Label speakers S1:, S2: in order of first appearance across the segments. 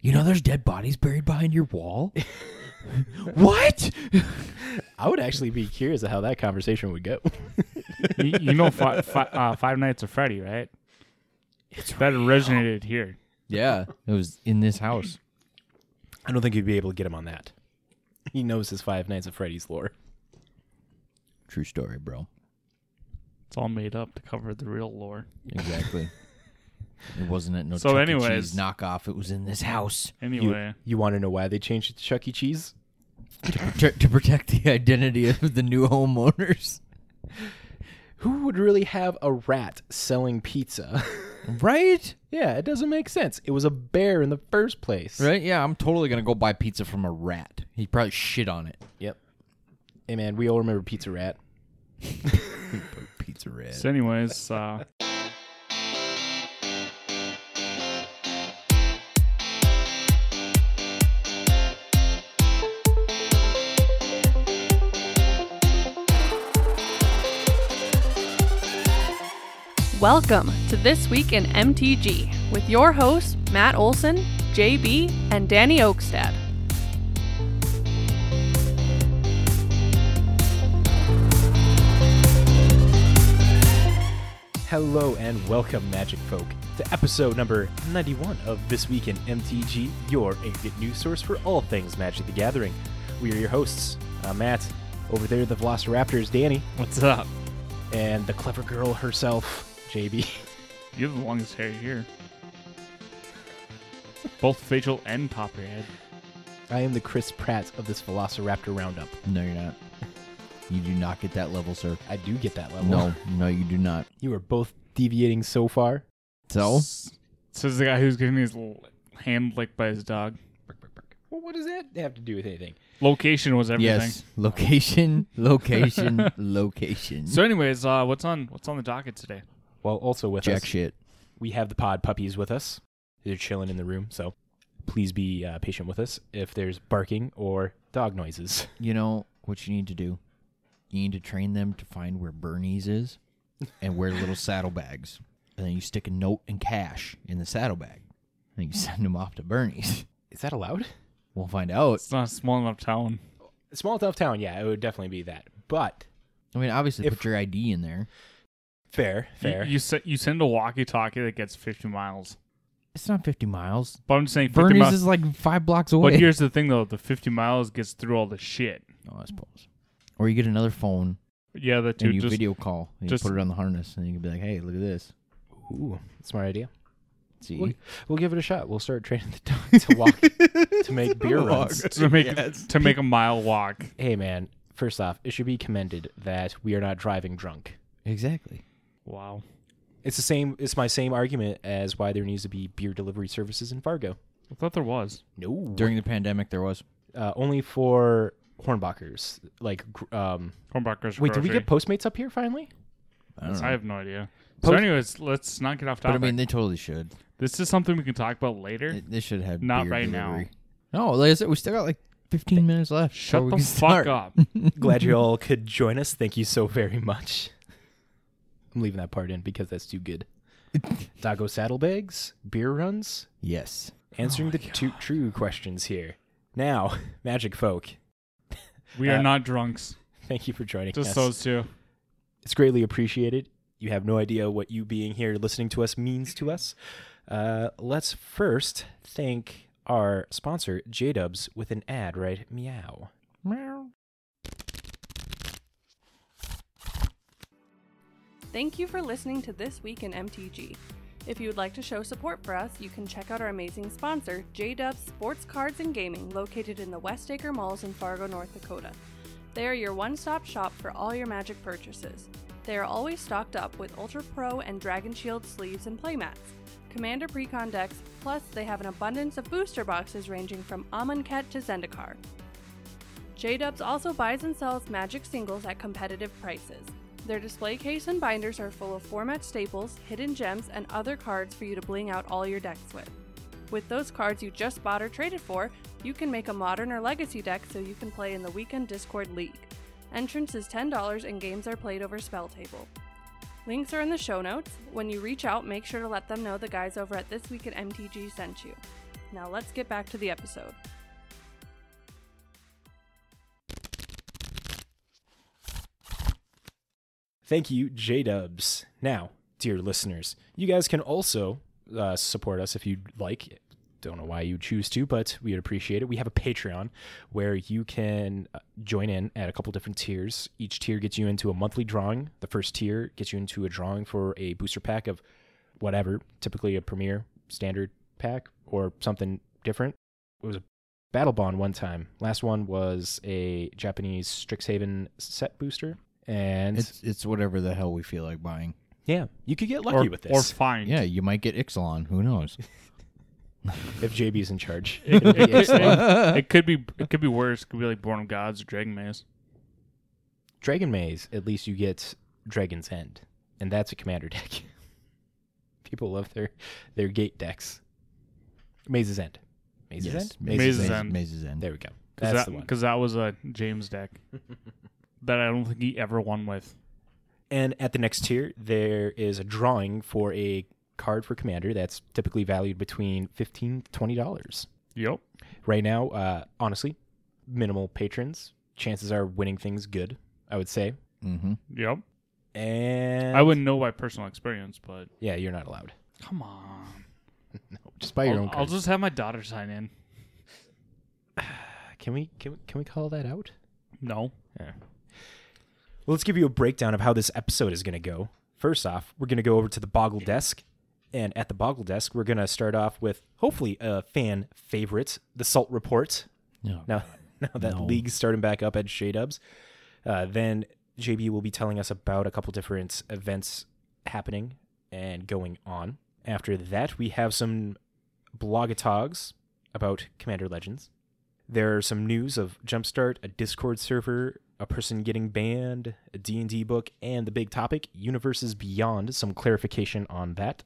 S1: You know, there's dead bodies buried behind your wall. what?
S2: I would actually be curious of how that conversation would go.
S3: you, you know, fi- fi- uh, Five Nights at Freddy, right? that originated here.
S1: Yeah, it was in this house.
S2: I don't think you'd be able to get him on that. He knows his Five Nights at Freddy's lore.
S1: True story, bro.
S3: It's all made up to cover the real lore.
S1: Exactly. it wasn't at no
S3: So
S1: Chuck E.
S3: anyways-
S1: Cheese knockoff. It was in this house
S2: You,
S3: Anyway,
S2: you want to know why they changed it to Chuck E. Cheese?
S1: to, protect- to protect the identity of the new homeowners.
S2: Who would really have a rat selling pizza?
S1: Right?
S2: yeah, it doesn't make sense. It was a bear in the first place.
S1: Right? Yeah, I'm totally gonna go buy pizza from a rat. He probably shit on it.
S2: Yep. Hey man, we all remember Pizza Rat.
S1: Pizza rat.
S3: so anyways, uh,
S4: Welcome to This Week in MTG with your hosts, Matt Olson, JB, and Danny Oakstad.
S2: Hello and welcome, Magic Folk, to episode number 91 of This Week in MTG, your aggregate news source for all things Magic the Gathering. We are your hosts. I'm Matt. Over there, the Velociraptor is Danny,
S3: what's up?
S2: and the clever girl herself, JB.
S3: You have the longest hair here. Both facial and top of your head.
S2: I am the Chris Pratt of this Velociraptor roundup.
S1: No, you're not. You do not get that level, sir.
S2: I do get that level.
S1: No, no, you do not.
S2: You are both deviating so far.
S1: So
S3: Says the guy who's getting his l- hand licked by his dog.
S2: Well, what does that have to do with anything?
S3: Location was everything.
S1: yes, location, location, location.
S3: So, anyways, uh, what's on what's on the docket today?
S2: Well, also with
S1: Jack
S2: us,
S1: shit.
S2: we have the pod puppies with us. They're chilling in the room, so please be uh, patient with us if there's barking or dog noises.
S1: You know what you need to do? You need to train them to find where Bernie's is and wear little saddlebags. And then you stick a note and cash in the saddlebag. And you send them off to Bernie's.
S2: Is that allowed?
S1: We'll find out.
S3: It's not a small enough town.
S2: Small tough town, yeah, it would definitely be that. But
S1: I mean, obviously,
S2: If-
S1: put your ID in there.
S2: fair,
S3: You-
S2: fair.
S3: You, se- you send a walkie-talkie that gets 50 miles.
S1: It's not 50 miles.
S3: But I'm just saying 50
S1: Bernie's
S3: miles.
S1: is like five blocks away.
S3: but here's the thing, though: the 50 miles gets through all the shit.
S1: oh, I suppose. Or you get another phone
S3: Yeah, that
S1: and
S3: too.
S1: you
S3: Just
S1: video call and
S3: just-
S1: you put it on the harness and you can be like, hey, look at this.
S2: Ooh, smart idea.
S1: See?
S2: We'll, we'll give it a shot. We'll start training the dog to walk to make beer runs.
S3: to make to make a mile walk.
S2: Hey, man. First off, it should be commended that we are not driving drunk.
S1: Exactly.
S3: Wow.
S2: It's the same. It's my same argument as why there needs to be beer delivery services in Fargo.
S3: I thought there was.
S2: No,
S1: During the pandemic, there was.
S2: uh, only for Hornbachers. Like, gr- um,
S3: Hornbacher's
S2: wait, did we
S3: grocery.
S2: get Postmates up here finally?
S1: I don't know.
S3: I have no idea. so,
S2: Post-
S3: anyways, let's not get off
S1: uh, but I
S3: topic.
S1: mean, they totally should.
S3: this is something we can talk about later.
S1: It- They should have
S3: Not
S1: beer
S3: right
S1: delivery. No, like I said, we still got like 15 minutes left. before
S3: Shut
S1: we
S3: the
S1: can
S3: fuck
S1: start.
S3: up.
S2: Glad you all could join us. Thank you so very much. I'm leaving that part in because that's too good. Doggo saddlebags, beer runs,
S1: Yes.
S2: answering the two true questions here. Now, magic folk,
S3: We are
S2: Uh,
S3: not drunks.
S2: thank you for joining
S3: Just
S2: us.
S3: those two.
S2: it's greatly appreciated. You have no idea what you being here listening to us means to us. Uh, let's first thank our sponsor, J Dubs, with an ad, right? Meow.
S4: Thank you for listening to This Week in MTG. If you would like to show support for us, you can check out our amazing sponsor, JDub Sports Cards and Gaming, located in the Westacre Malls in Fargo, North Dakota. They are your one stop shop for all your magic purchases. They are always stocked up with Ultra Pro and Dragon Shield sleeves and playmats, Commander Precon decks, plus they have an abundance of booster boxes ranging from Amonkhet to Zendikar. J-Dubs also buys and sells Magic singles at competitive prices. Their display case and binders are full of format staples, hidden gems, and other cards for you to bling out all your decks with. With those cards you just bought or traded for, you can make a modern or legacy deck so you can play in the Weekend Discord League. Entrance is $10 and games are played over spell table. Links are in the show notes. When you reach out, make sure to let them know the guys over at This Week at MTG sent you. Now let's get back to the episode.
S2: Thank you, J Dubs. Now, dear listeners, you guys can also uh, support us if you'd like. Don't know why you choose to, but we would appreciate it. We have a Patreon where you can uh, join in at a couple different tiers. Each tier gets you into a monthly drawing. The first tier gets you into a drawing for a booster pack of whatever, typically a premier standard pack or something different. It was a battle bond one time. Last one was a Japanese Strixhaven set booster. And
S5: It's it's whatever the hell we feel like buying.
S2: yeah, you could get
S3: or,
S2: lucky with
S3: or
S2: this
S3: find.
S5: Yeah, you might get Ixalan. Who knows?
S2: if JB's in charge.
S3: It, it- it-
S2: Yes,
S3: it- it could be it could be worse. It could be like Born of Gods or Dragon Maze.
S2: Dragon Maze, at least you get Dragon's End, and that's a commander deck. People love their their gate decks. Maze's End, Maze's End,
S3: Maze's End.
S5: Maze's End.
S2: There we go.
S3: Cause
S2: That's
S3: that,
S2: the one.
S3: 'cause that was a James deck that I don't think he ever won with.
S2: And at the next tier, there is a drawing for a card for commander that's typically valued between fifteen to twenty dollars.
S3: Yep.
S2: right now uh honestly minimal patrons chances are winning things good i would say
S5: Mm-hmm.
S3: Yep.
S2: and
S3: I wouldn't know by personal experience, but
S2: yeah you're not allowed
S3: come on.
S2: just buy your own
S3: I'll, I'll
S2: cards
S3: just have my daughter sign in.
S2: can we can, we- can we call that out
S3: No.
S2: Well, let's give you a breakdown of how this episode is going to go. First off, we're going to go over to the Boggle Desk. And at the Boggle Desk, we're going to start off with hopefully a fan favorite, the Salt Report.
S5: No.
S2: Now, now that
S5: No.
S2: league's starting back up at J Dubs, uh, then JB will be telling us about a couple different events happening and going on. After that, we have some blogatogs about Commander Legends. There are some news of Jumpstart, a Discord server, a person getting banned, a D&D book, and the big topic, Universes Beyond, some clarification on that.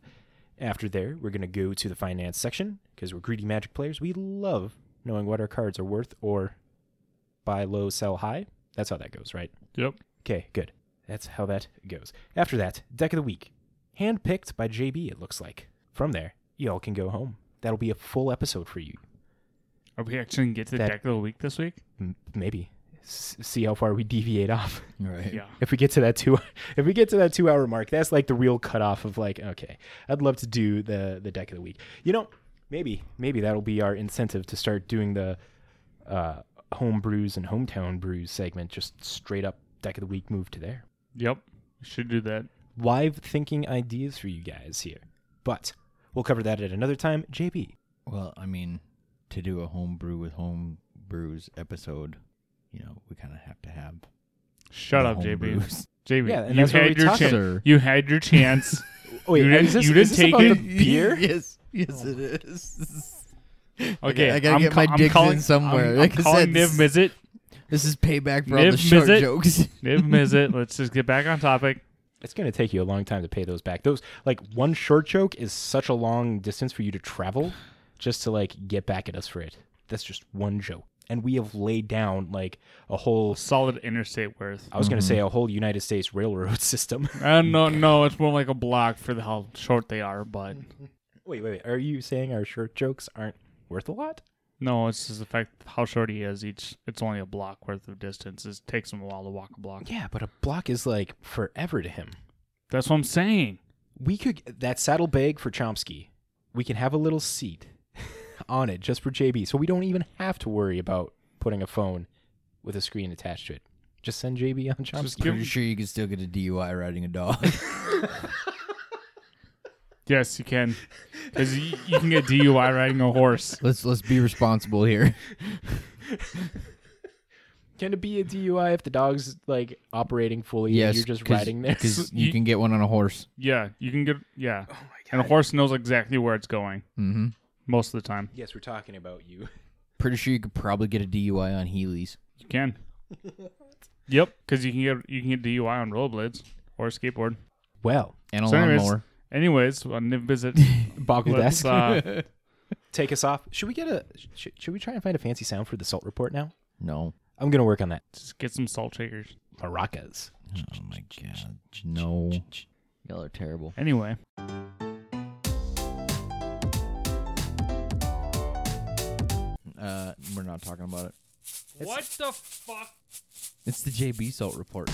S2: After there, we're going to go to the finance section because we're greedy magic players. We love knowing what our cards are worth or buy low, sell high. That's how that goes, right?
S3: Yep.
S2: Okay, good. That's how that goes. After that, deck of the week. Handpicked by JB, it looks like. From there, y'all can go home. That'll be a full episode for you.
S3: Are we actually gonna get to the
S2: That-
S3: deck of the week this week?
S2: M- maybe. S- see how far we deviate off.
S5: Right.
S3: Yeah.
S2: if we get to that two if we get to that two hour mark that's like the real cutoff of like okay i'd love to do the the deck of the week you know maybe maybe that'll be our incentive to start doing the uh home brews and hometown brews segment just straight up deck of the week move to there
S3: Yep. Should do that.
S2: live thinking ideas for you guys here but we'll cover that at another time jb
S5: Well, I mean, to do a homebrew with homebrews episode, you know, we kind of have to have.
S3: Shut
S5: the
S3: up, JB.
S5: homebrews.
S3: JB,
S2: Yeah, and
S3: you
S2: that's what
S3: had
S2: we
S3: your
S2: talked
S3: chance.
S5: about.
S3: You had your chance.
S2: oh wait
S3: You
S2: is
S3: didn't-
S2: this,
S3: you
S2: is
S3: didn't
S2: this
S3: take
S2: about
S3: it?
S2: the beer
S5: yes. Yes, it is.
S3: Okay,
S5: I gotta
S3: am
S5: get my
S3: I'm
S5: digs in
S3: calling,
S5: somewhere.
S3: I'm, I'm
S5: Like I
S3: calling
S5: said,
S3: Niv
S5: s-
S3: Mizzet.
S5: This is payback for all
S3: Niv
S5: the short
S3: Mizzet.
S5: jokes.
S3: Niv Mizzet. Let's just get back on topic.
S2: it's going to take you a long time to pay those back. Those like one short joke is such a long distance for you to travel just to like get back at us for it. That's just one joke. And we have laid down like a whole
S3: Solid interstate worth.
S2: I was going to say a whole United States railroad system.
S3: Uh, no, no, it's more like a block for the, how short they are, but
S2: wait, wait, wait. Are you saying our short jokes aren't worth a lot?
S3: no, it's just the fact how short he is. Each, it's only a block worth of distance. It takes him a while to walk a block.
S2: Yeah, but a block is like forever to him.
S3: That's what I'm saying.
S2: We could that saddlebag for Chomsky. We can have a little seat on it just for JB, so we don't even have to worry about putting a phone with a screen attached to it. Just send JB on Chomsky.
S3: Just give
S5: Pretty
S3: him,
S5: sure you can still get a DUI riding a dog.
S3: yes, you can, because you, you can get DUI riding a horse.
S5: let's let's be responsible here.
S2: Can it be a DUI if the dog's like operating fully?
S5: Yes,
S2: and you're just
S5: 'cause-
S2: riding there.
S5: because
S3: You-
S5: you can get one on a horse.
S3: Yeah, you can get yeah,
S6: Oh
S3: and a horse knows exactly where it's going
S5: Mm-hmm.
S3: most of the time.
S2: Yes, we're talking about you.
S5: Pretty sure you could probably get a DUI on Heelys.
S3: You can. yep, because you can get you can get DUI on rollerblades or a skateboard.
S2: Well,
S5: and a
S3: So anyways-
S5: lawnmower.
S3: Anyways, on Niv visit.
S2: Boggle
S3: Let's,
S2: Desk,
S3: uh,
S2: take us off. Should we get a? Sh- should we try and find a fancy sound for the salt report now?
S5: No.
S2: I'm gonna work on that.
S3: just get some salt shakers.
S2: Maracas.
S5: Oh my god. No. Y'all are terrible.
S3: Anyway,
S1: Uh, we're not talking about it.
S6: What the fuck?
S1: It's the JB Salt Report.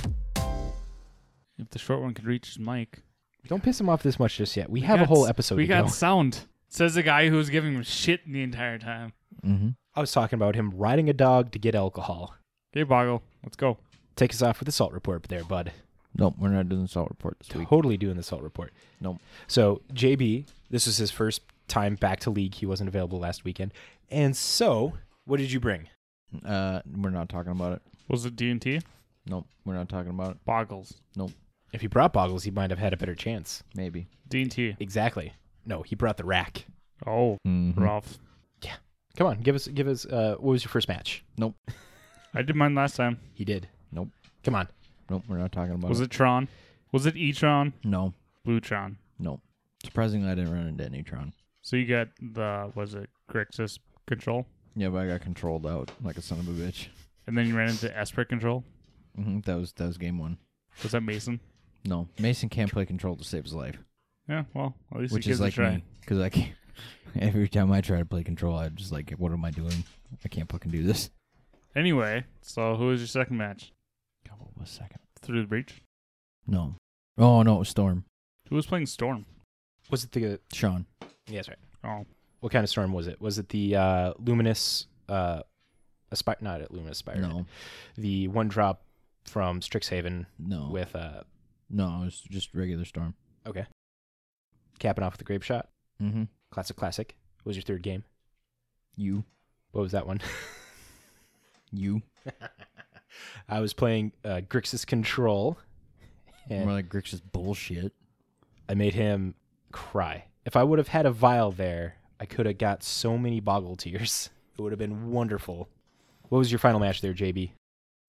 S3: If the short one could reach his mic.
S2: Don't piss him off this much just yet. We, have a
S3: got
S2: whole
S3: s-
S2: episode
S3: We
S2: to
S3: got
S2: go.
S3: sound. Says the guy who was giving him shit the entire time.
S1: Mm-hmm.
S2: I was talking about him riding a dog to get alcohol.
S3: Okay, Boggle, let's go.
S2: Take us off with the salt report there, bud.
S1: Nope, we're not doing Salt Report this week.
S2: Totally doing the salt report.
S1: Nope.
S2: So JB, this was his first time back to league. He wasn't available last weekend, and so what did you bring?
S1: Uh, we're not talking about it.
S3: Was it D and T?
S1: Nope, we're not talking about it.
S3: Boggles.
S1: Nope,
S2: If he brought boggles, he might have had a better chance.
S1: maybe.
S3: D and T.
S2: Exactly. No, he brought the rack.
S3: Oh,
S5: Mm-hmm.
S1: Mm-hmm.
S3: rough.
S2: Come on, give us, give us. Uh, what was your first match?
S1: Nope,
S3: I did mine last time.
S2: He did.
S1: nope,
S2: Come on.
S1: nope. We're not talking about
S3: Was
S1: it.
S3: it Tron? Was it Etron?
S1: No,
S3: Blutron.
S1: nope. Surprisingly, I didn't run into any Tron.
S3: So you got the was it Grixis control,
S1: Yeah, but I got controlled out like a son of a bitch.
S3: and then you ran into Esper control.
S5: Mm-hmm.
S1: hmm That was that was game one.
S3: Was that Mason?
S1: No, Mason can't play control to save his life,
S3: Yeah. Well, at least
S1: which
S3: he
S1: is
S3: gives it a
S1: like
S3: try.
S1: me because I can't. Every time I try to play control, I'm just like, what am I doing? I can't fucking do this.
S3: Anyway, so who was your second match?
S1: God, what was second?
S3: Through the breach.
S1: No. Oh no, it was Storm.
S3: Who was playing Storm?
S2: Was it the?
S1: Sean.
S2: Yes, right.
S3: Oh,
S2: What kind of storm was it? Was it the uh, luminous? Uh, Aspire, not at Luminous Spire.
S1: No,
S2: The one drop from Strixhaven
S1: no,
S2: with uh,
S1: no. It was just regular Storm.
S2: okay, capping off with the grape shot.
S1: Mm-hmm.
S2: Classic, classic. What was your third game?
S1: You,
S2: What was that one?
S1: you.
S2: I was playing uh, Grixis Control, and
S1: More like Grix's bullshit.
S2: I made him cry. If I would have had a vial there, I could have got so many boggle tears. It would have been wonderful. What was your final match there, JB?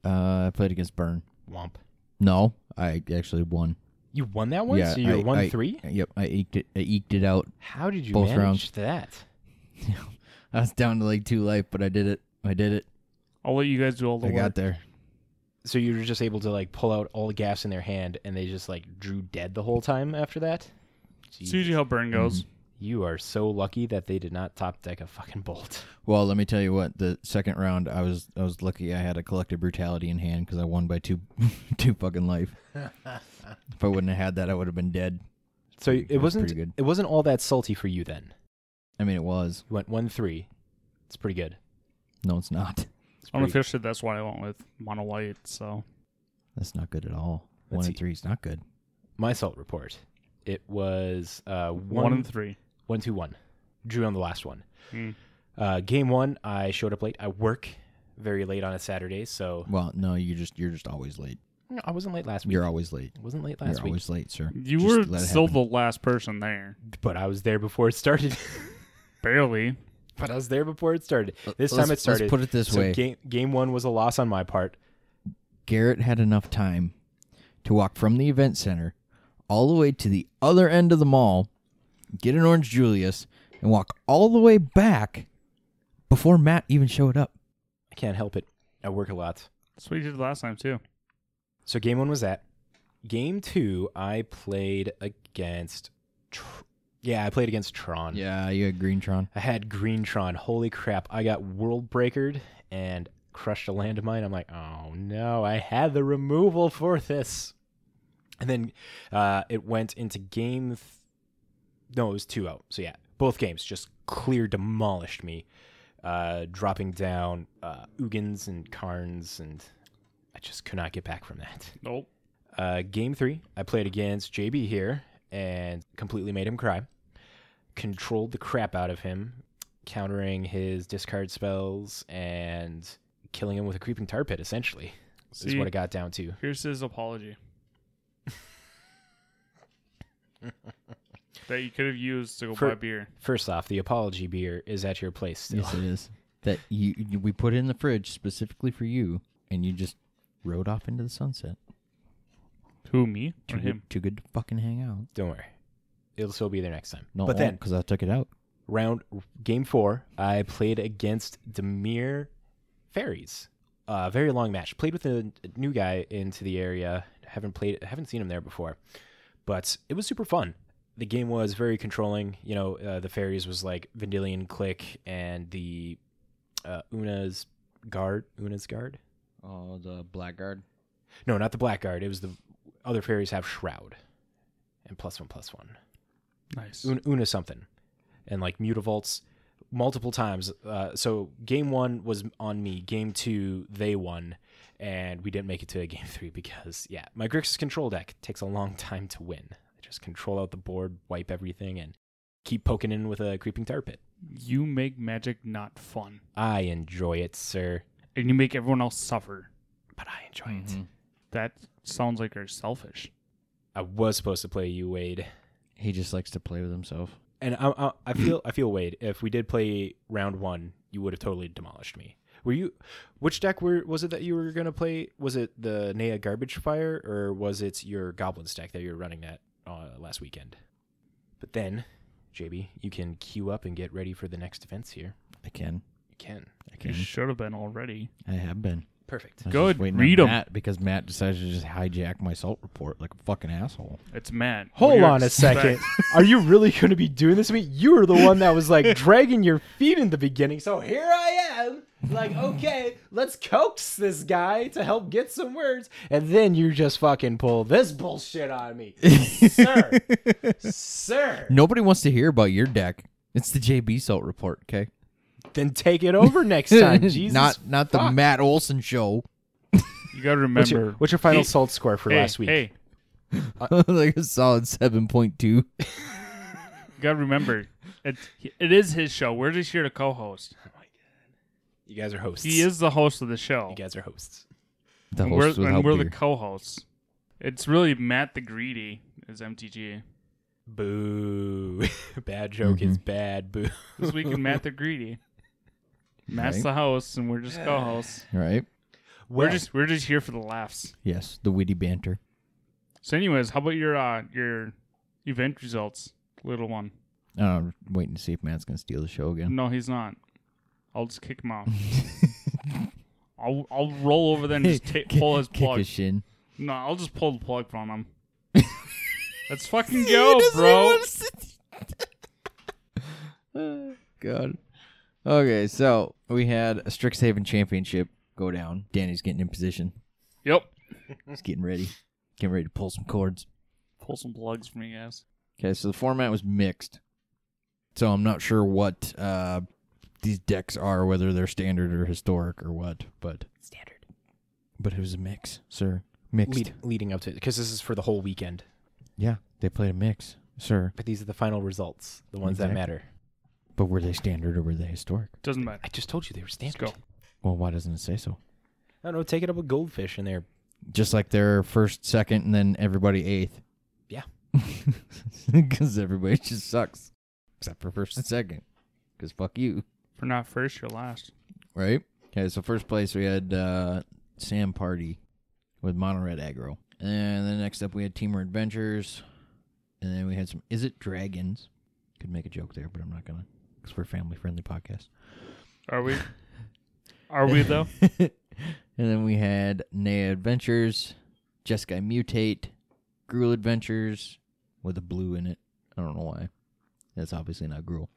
S1: Uh, I played against Burn.
S2: Womp.
S1: No, I actually won.
S2: You won that one?
S1: Yeah,
S2: so you
S1: I-
S2: were one
S1: I-
S2: three?
S1: Yep, I eked it. I eked it out.
S2: How did you
S1: Both
S2: manage
S1: rounds.
S2: that?
S1: I was down to like two life, but I did it. I did it.
S3: I'll let you guys do all the
S1: I
S3: work.
S1: got there.
S2: So you were just able to like pull out all the gas in their hand and they just like drew dead the whole time after that?
S3: So you see how Burn goes.
S2: You are so lucky that they did not top deck a fucking bolt.
S1: Well, let me tell you what. The second round, I was I was lucky. I had a collective brutality in hand because I won by two two fucking life. if I wouldn't have had that, I would have been dead.
S2: So
S1: pretty-
S2: it
S1: that's
S2: wasn't
S1: pretty good.
S2: it wasn't all that salty for you then.
S1: I mean, it was.
S2: You went one three. It's pretty good.
S1: No, it's not.
S2: It's
S3: On the
S2: pretty-
S3: fish, that's what I went with mono white. So
S1: That's not good at all.
S2: Let's
S1: One and
S2: see.
S1: three is not good.
S2: my salt report. It was uh,
S3: one,
S2: one, one,
S3: and three.
S2: one, two, one. Drew on the last one.
S1: Hmm.
S3: Mm.
S2: Uh, game one, I showed up late. I work very late on a Saturday, so
S1: Well, no, you just you're just always late.
S2: No, I wasn't late last week.
S1: You're always late.
S2: I wasn't late
S1: Mm. You're
S2: last week,
S1: always late, sir.
S3: You
S1: Just
S3: were
S1: let it
S3: still the
S1: happen.
S3: last person there,
S2: but I was there before it started.
S3: barely.
S2: but I was there before it started.
S1: Let's-
S2: This time it
S1: let's
S2: started.
S1: put it this
S2: so
S1: way.
S2: Game, game one was a loss on my part.
S1: Garrett had enough time to walk from the event center all the way to the other end of the mall, get an orange Julius, and walk all the way back before Matt even showed up.
S2: I can't help it. I work a lot.
S3: That's what you did last time too.
S2: So game one was that. Game two, I played against. Tr- yeah, I played against Tron.
S1: Yeah, you had Greentron.
S2: I had Greentron. Holy crap. I got World Breakered and crushed a land mine. I'm like, oh no, I had the removal for this. And then uh, it went into game. Th- no, it was 2 0. So yeah, both games just clear demolished me, uh, dropping down uh, Ugins and Karns, and I just could not get back from that.
S3: Nope.
S2: Uh, game three, I played against JB here and completely made him cry. Controlled the crap out of him, countering his discard spells and killing him with a creeping tar pit, essentially, is
S3: See?
S2: what it got down to.
S3: Here's his apology. that you could have used to go
S2: For-
S3: buy beer.
S2: First off, the apology beer is at your place still.
S1: Yes, it is. That you you- we put it in the fridge specifically for you, and you just rode off into the sunset.
S3: Who me or
S1: Too
S3: him?
S1: good, too good to fucking hang out.
S2: Don't worry. It'll still be there next time.
S1: No,
S2: but then,
S1: because I took it out.
S2: round game four, I played against Demir Fairies. Uh, very long match. Played with a new guy into the area. Haven't played, haven't seen him there before, but it was super fun. The game was very controlling. You know, uh, the fairies was like Vendilion Click and the uh, Una's guard. Una's guard.
S5: Oh, the blackguard.
S2: No, not the blackguard. It was the other fairies have shroud, and plus one plus one.
S3: Nice.
S2: Un- Una something, and like mutavaults multiple times. Uh, so game one was on me. Game two they won, and we didn't make it to game three because yeah, my Grixis control deck takes a long time to win. I just control out the board, wipe everything, and keep poking in with a creeping tar pit.
S3: You make magic not fun,
S2: I enjoy it, sir,
S3: and you make everyone else suffer.
S2: but I enjoy
S1: Mm-hmm.
S2: it.
S3: That sounds like you're selfish.
S2: I was supposed to play you, Wade.
S5: He just likes to play with himself.
S2: and I, I, I feel I feel Wade. If we did play round one, you would have totally demolished me. Were you? Which deck were was it that you were gonna play? Was it the Nea Garbage Fire or was it your Goblins deck that you were running that uh, last weekend? But then, JB, you can queue up and get ready for the next events here.
S5: I can.
S2: You can.
S5: I
S3: You
S5: can.
S3: should have been already.
S5: I have been.
S2: Perfect.
S5: I was
S3: Good,
S5: just waiting
S3: read
S5: on
S3: 'em.
S5: Matt because Matt decided to just hijack my salt report like a fucking asshole.
S3: It's Matt. What do
S2: Hold
S3: you
S2: on a
S3: expect?
S2: second. Are you really going to be doing this to me? You were the one that was like dragging your feet in the beginning. So here I am, like, okay, let's coax this guy to help get some words. And then you just fucking pull this bullshit on me. Sir. Sir.
S5: Nobody wants to hear about your deck. It's the JB salt report, okay?
S2: Then take it over next time. Jesus.
S5: not not the
S2: fuck.
S5: Matt Olson show.
S3: You gotta remember.
S2: What's your, what's your final
S3: Hey,
S2: salt score for
S3: hey,
S2: last week?
S3: Hey,
S5: like a solid seven point two.
S3: you gotta remember, it it is his show. We're just here to co-host.
S2: You guys are hosts.
S3: He is the host of the show.
S2: You guys are hosts.
S5: The
S3: and we're,
S5: host without
S3: and we're the
S5: beer.
S3: co-hosts. It's really Matt the Greedy is MTG.
S2: Boo. bad joke is
S3: Mm-hmm.
S2: bad. Boo.
S3: This week in Matt the Greedy. Matt's
S5: Right.
S3: the host and we're just co-hosts.
S5: right?
S3: We're just we're just here for the laughs.
S5: Yes, the witty banter.
S3: So anyways, how about your uh your event results, little one?
S5: Uh, I'm waiting to see if Matt's gonna steal the show again.
S3: No, he's not. I'll just kick him out. I'll I'll roll over there and just ta- pull his
S5: Kick
S3: plug.
S5: his shin.
S3: No, I'll just pull the plug from him. Let's fucking go, bro.
S5: God. Okay, so we had a Strixhaven championship go down. Danny's getting in position.
S3: Yep.
S5: He's getting ready. Getting ready to pull some cords.
S3: Pull some plugs for me, guys.
S5: Okay, so the format was mixed. So I'm not sure what uh, these decks are, whether they're standard or historic or what, but standard. But it was a mix, sir. Mixed.
S2: Lead, leading up to it, because this is for the whole weekend.
S5: Yeah, they played a mix, sir.
S2: But these are the final results, the ones that
S5: Exactly.
S2: matter.
S5: But were they standard or were they historic?
S3: Doesn't matter.
S2: I just told you they were standard.
S3: go.
S5: Well, why doesn't it say so?
S2: I don't know. Take it up with goldfish in there.
S5: Just like they're first, second, and then everybody eighth.
S2: Yeah.
S5: Because everybody just sucks, except for first and second. Because fuck you.
S3: If we're not first, you're last.
S5: right? Okay, so first place we had uh, Sam Party with Mono Red Aggro. And then next up we had Teamer Adventures. And then we had some Is It Dragons? Could make a joke there, but I'm not going to because we're a family friendly podcast.
S3: Are we? Are we though?
S5: and then we had Nea Adventures, Jeskai Mutate, Gruel Adventures with a blue in it. I don't know why. That's obviously not Gruel.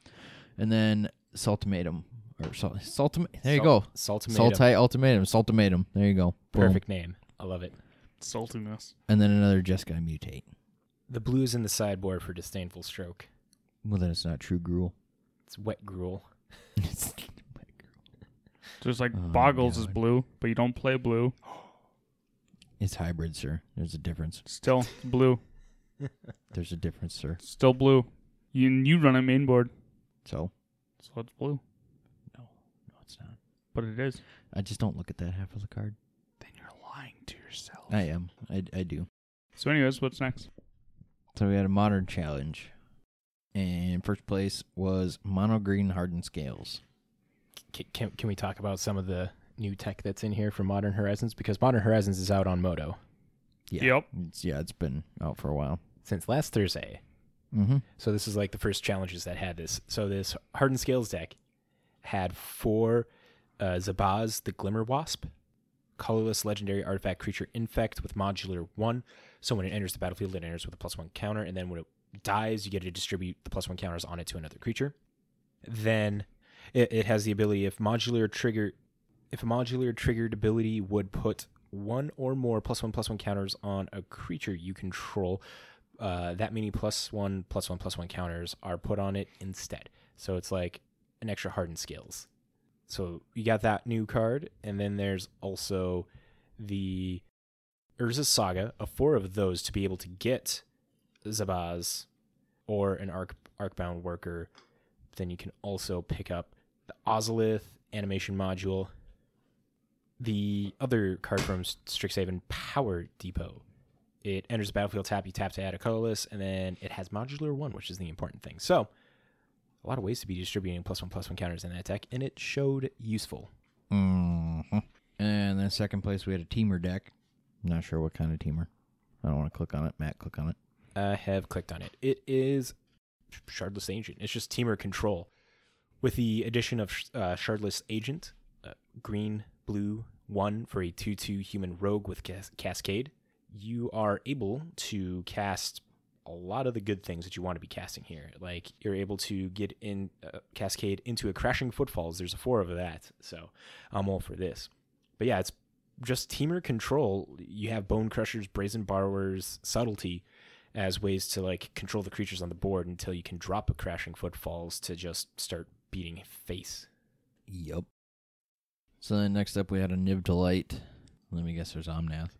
S5: And then Saltimatum. Or Salt, Saltim- there you go.
S2: Salt,
S5: Saltite ultimatum. Saltimatum. There you go. Boom.
S2: Perfect name. I love it.
S3: Saltiness.
S5: And then another Jeskai mutate.
S2: The blue's in the sideboard for disdainful stroke.
S5: Well, then it's not true gruel.
S2: It's wet gruel.
S3: Just like
S5: Oh,
S3: Boggles is
S5: God.
S3: blue, but you don't play blue.
S5: it's hybrid, sir. There's a difference.
S3: Still blue.
S5: There's a difference, sir.
S3: Still blue. You you run a main board,
S5: So
S3: so it's blue.
S5: no, no, it's not.
S3: But it is.
S5: I just don't look at that half of the card.
S3: Then you're lying to yourself.
S5: I am. I, I do.
S3: So, anyways, what's next?
S5: So we had a modern challenge, and first place was mono green hardened scales.
S2: C- can, can we talk about some of the new tech that's in here for Modern Horizons? Because Modern Horizons is out on Moto
S5: Yeah.
S3: Yep.
S5: It's, yeah, it's been out for a while.
S2: since last Thursday.
S5: Mm-hmm.
S2: So this is like the first challenges that had this. So this Hardened Scales deck had four uh, Zabaz, the Glimmer Wasp, colorless legendary artifact creature infect with modular one. So when it enters the battlefield, it enters with a plus one counter, and then when it dies, you get to distribute the plus one counters on it to another creature. Then It, it has the ability if modular trigger, if a modular triggered ability would put one or more plus one plus one counters on a creature you control, uh, that many plus one plus one plus one counters are put on it instead. So it's like an extra hardened skills. So you got that new card, and then there's also the Urza's Saga of four of those to be able to get Zabaz or an arc arcbound worker. Then you can also pick up the Ozolith animation module, the other card from Strixhaven Power Depot. It enters the battlefield tap, you tap to add a colorless, and then it has modular one, which is the important thing. So, a lot of ways to be distributing plus one plus one counters in that deck, and it showed useful.
S5: Mm-hmm. And then second place, we had a teamer deck. Not sure what kind of teamer. I don't want to click on it. Matt, click on it.
S2: I have clicked on it. It is Shardless Agent. It's just Teamer Control. With the addition of uh, Shardless Agent, uh, green, blue, one for a 2 2 human rogue with cas- Cascade, you are able to cast a lot of the good things that you want to be casting here. Like you're able to get in uh, Cascade into a Crashing Footfalls. There's a four of that. So I'm all for this. But yeah, it's just Teamer Control. You have Bone Crushers, Brazen Borrowers, Subtlety as ways to like control the creatures on the board until you can drop a crashing footfalls to just start beating face.
S5: Yep. So then next up, we had a Niv Delight. Let me guess there's Omnath.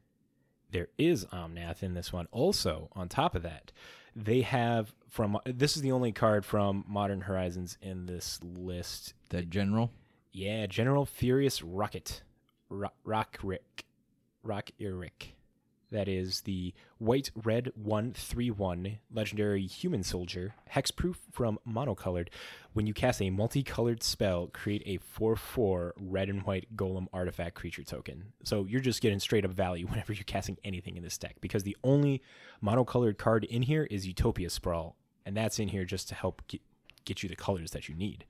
S2: There is Omnath in this one. Also, on top of that, they have from this is the only card from Modern Horizons in this list.
S5: That general?
S2: Yeah, General Furious Rocket. Ro- Rock Rick. Rock Eric. That is the white red 131 legendary human soldier, hexproof from monocolored. When you cast a multicolored spell, create a 4 4 red and white golem artifact creature token. So you're just getting straight up value whenever you're casting anything in this deck because the only monocolored card in here is Utopia Sprawl, and that's in here just to help get, get you the colors that you need.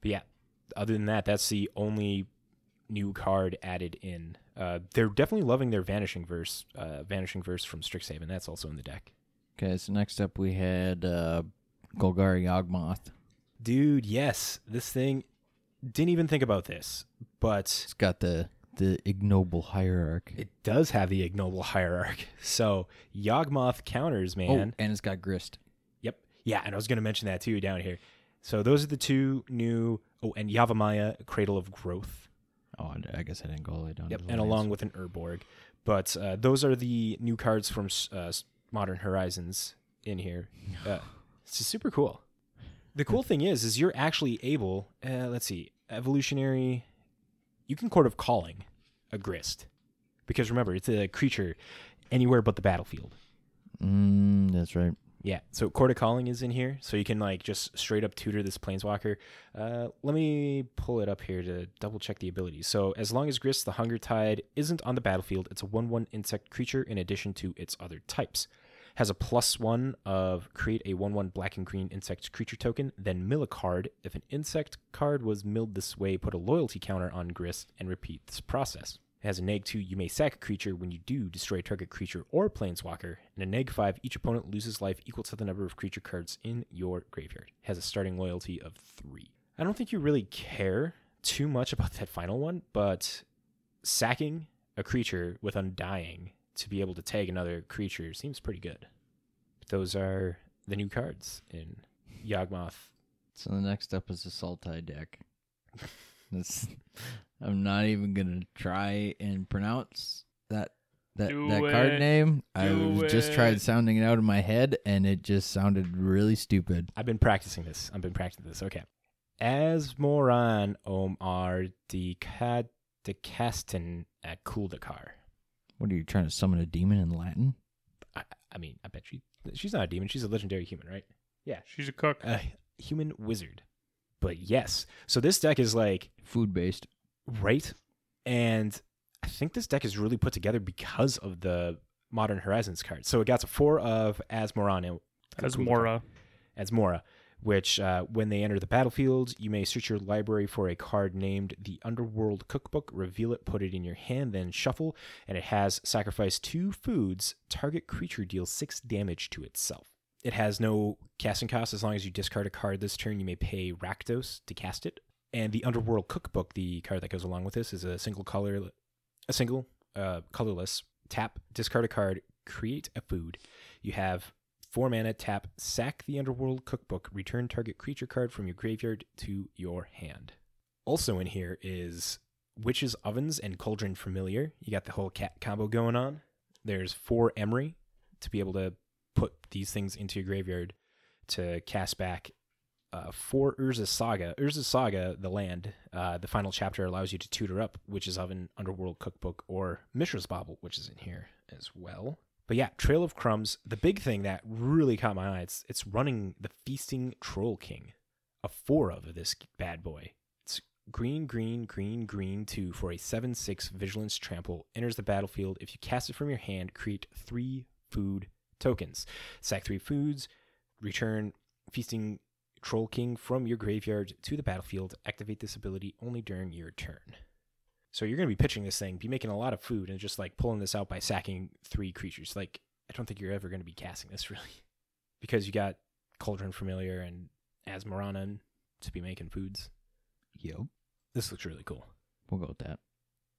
S2: But yeah, other than that, that's the only new card added in. Uh, they're definitely loving their Vanishing Verse, uh, Vanishing Verse from Strixhaven. That's also in the deck.
S5: Okay, so next up we had uh, Golgari Yawgmoth.
S2: Dude, yes, this thing didn't even think about this, but
S5: It's got the the ignoble hierarch.
S2: it does have the ignoble hierarch. So Yawgmoth counters, man.
S5: Oh, and it's got grist.
S2: Yep. Yeah, and I was gonna mention that too down here. So those are the two new. Oh, and Yavamaya, Cradle of Growth.
S5: Oh, and I guess I didn't go all the way down.
S2: Yep,
S5: to the
S2: and
S5: lines.
S2: along with an Urborg. But uh, those are the new cards from uh, Modern Horizons in here. Uh, it's just super cool. The cool thing is, is you're actually able. Uh, let's see, evolutionary. You can court of calling a grist, because remember it's a creature anywhere but the battlefield.
S5: Mm, that's right.
S2: Yeah, so court of calling is in here, so you can like just straight up tutor this planeswalker. Uh, let me pull it up here to double check the abilities. So as long as Grist the Hunger Tide isn't on the battlefield, it's a one-one insect creature in addition to its other types. Has a plus one of create a one-one black and green insect creature token, then mill a card. If an insect card was milled this way, put a loyalty counter on Grist and repeat this process. It has a neg 2, you may sack a creature when you do destroy a target creature or planeswalker. And a neg 5, each opponent loses life equal to the number of creature cards in your graveyard. It has a starting loyalty of 3. I don't think you really care too much about that final one, but sacking a creature with Undying to be able to tag another creature seems pretty good. But those are the new cards in Yawgmoth.
S5: So the next up is the Saltai deck. That's, I'm not even gonna try and pronounce that that,
S3: Do
S5: that card
S3: it.
S5: name. I
S3: Do
S5: was- just
S3: it.
S5: tried sounding it out in my head, and it just sounded really stupid.
S2: I've been practicing this. I've been practicing this. Okay. Asmoran Omar Decad Decasten at Kuldakar.
S5: What are you trying to summon a demon in Latin?
S2: I, I mean, I bet she she's not a demon. She's a legendary human, right? Yeah.
S3: She's a cook.
S2: A human wizard. But yes. So this deck is like
S5: Food based.
S2: right? And I think this deck is really put together because of the Modern Horizons card. So it got a four of Asmoran.
S3: As Mora.
S2: Asmora, which uh, when they enter the battlefield, you may search your library for a card named the Underworld Cookbook, reveal it, put it in your hand, then shuffle, and it has sacrifice two foods, target creature deals six damage to itself. It has no casting cost as long as you discard a card this turn, you may pay Rakdos to cast it. and the Underworld Cookbook, the card that goes along with this, is a single color, a single uh, colorless tap, discard a card, create a food. You have four mana tap, sack the Underworld Cookbook, return target creature card from your graveyard to your hand. Also in here is Witch's Ovens and Cauldron Familiar. You got the whole cat combo going on. There's four Emery to be able to put these things into your graveyard to cast back uh, for Urza's Saga. Urza's Saga, the land, uh, the final chapter allows you to tutor up Witch's Oven, Underworld Cookbook, or Mishra's Bobble, which is in here as well. But yeah, Trail of Crumbs, the big thing that really caught my eye, it's, it's running the Feasting Troll King, a four of this bad boy. It's green, green, green, green, two for a 7 6 Vigilance Trample. Enters the battlefield. If you cast it from your hand, create three food tokens. Sack three foods, return Feasting Troll King from your graveyard to the battlefield. Activate this ability only during your turn. So you're going to be pitching this thing, be making a lot of food, and just like pulling this out by sacking three creatures. Like, I don't think you're ever going to be casting this really, because you got Cauldron Familiar and Asmoranan to be making foods.
S5: Yep.
S2: This looks really cool.
S5: We'll go with that.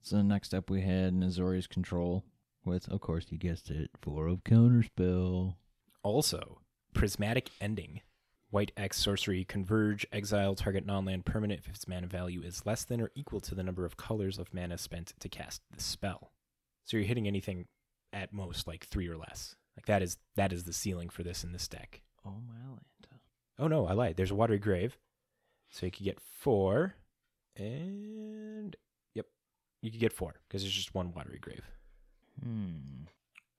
S5: So next up we had Nazori's control with, of course, you guessed it, four of counterspell.
S2: Also, Prismatic Ending. White X sorcery, converge, exile, target non land permanent if its mana value is less than or equal to the number of colors of mana spent to cast the spell. So you're hitting anything at most like three or less. Like that is that is the ceiling for this in this deck.
S5: Oh my Lanta.
S2: Oh no, I lied. There's a watery grave. So you could get four and yep. You could get four, because there's just one watery grave.
S5: Hmm.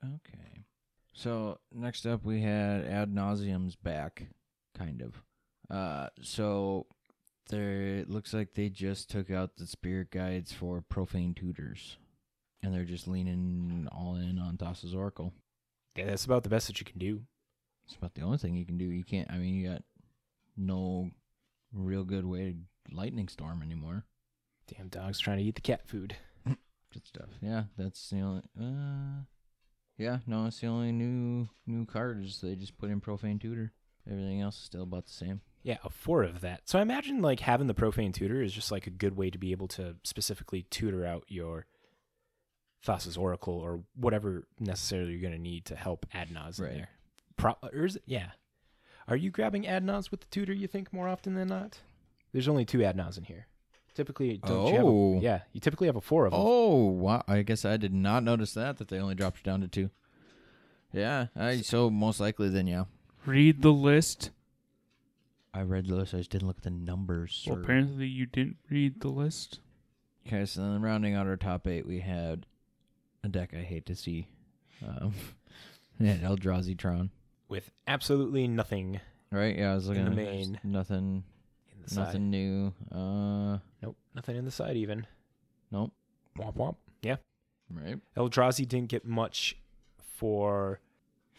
S5: Okay. So next up we had ad nauseum's back, kind of. Uh, so there it looks like they just took out the spirit guides for profane tutors, and they're just leaning all in on Thassa's Oracle.
S2: Yeah, that's about the best that you can do.
S5: It's about the only thing you can do. You can't. I mean, you got no real good way to lightning storm anymore.
S2: Damn dog's trying to eat the cat food.
S5: Good stuff. Yeah, that's the only. Uh, yeah, no, it's the only new new card is they just put in profane tutor. Everything else is still about the same.
S2: Yeah, a four of that. So I imagine like having the profane tutor is just like a good way to be able to specifically tutor out your Thassa's Oracle or whatever necessarily you're going to need to help Adnaz
S5: Right.
S2: in there. Pro- or is it- yeah. Are you grabbing Adnaz with the tutor, you think, more often than not? There's only two Adnaz in here. Typically, don't you have
S5: Oh.
S2: a, yeah, you typically have a four of them.
S5: Oh, wow. I guess I did not notice that, that they only dropped you down to two. Yeah, I, so most likely then, yeah.
S3: Read the list.
S5: I read the list. I just didn't look at the numbers.
S3: Well, apparently you didn't read the list.
S5: Okay, so then rounding out our top eight, we had a deck I hate to see. Um, yeah, Eldrazi Tron.
S2: With absolutely nothing
S5: Right? Yeah, I was looking
S2: the
S5: at
S2: main.
S5: just Nothing,
S2: in the side.
S5: nothing new. Uh,
S2: Nope, nothing in the side even.
S5: nope.
S2: Womp womp. Yeah.
S5: Right.
S2: Eldrazi didn't get much for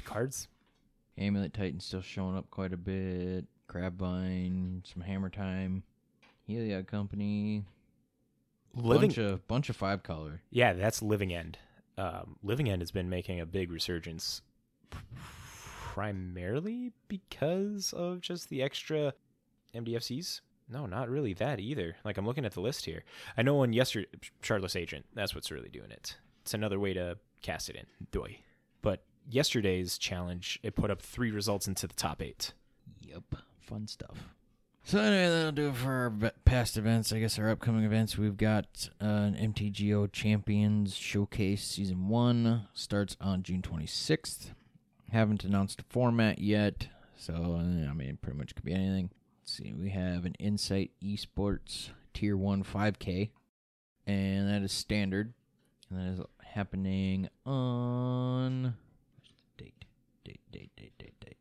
S2: cards.
S5: Amulet Titan still showing up quite a bit. Crabvine, some Hammer Time, Heliod Company,
S2: Living,
S5: bunch of bunch of five color.
S2: yeah, that's Living End. Um, Living End has been making a big resurgence, pr- primarily because of just the extra MDFCs. No, not really that either. Like I'm looking at the list here. I know one yesterday, Charlotte's Agent. That's what's really doing it. It's another way to cast it in. Doy. But yesterday's challenge, it put up three results into the top eight.
S5: Yep, fun stuff. So anyway, that'll do it for our ve- past events. I guess our upcoming events. We've got uh, an MTGO Champions Showcase Season One starts on June 26th. Haven't announced a format yet, so uh, I mean, pretty much could be anything. Let's see, we have an Insight Esports Tier One 5K, and that is standard, and that is happening on date, date, date, date, date, date.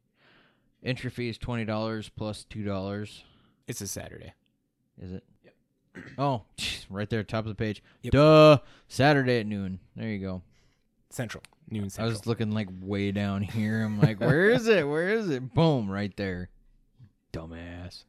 S5: Entry fee is twenty dollars plus two dollars.
S2: It's a Saturday.
S5: Is it? Yep. Oh, right there, top of the page.
S2: Yep.
S5: Duh. Saturday at noon. There you go.
S2: Central. Noon
S5: I
S2: Central.
S5: was looking like way down here. I'm like, where is it? Where is it? Boom, right there. Dumbass.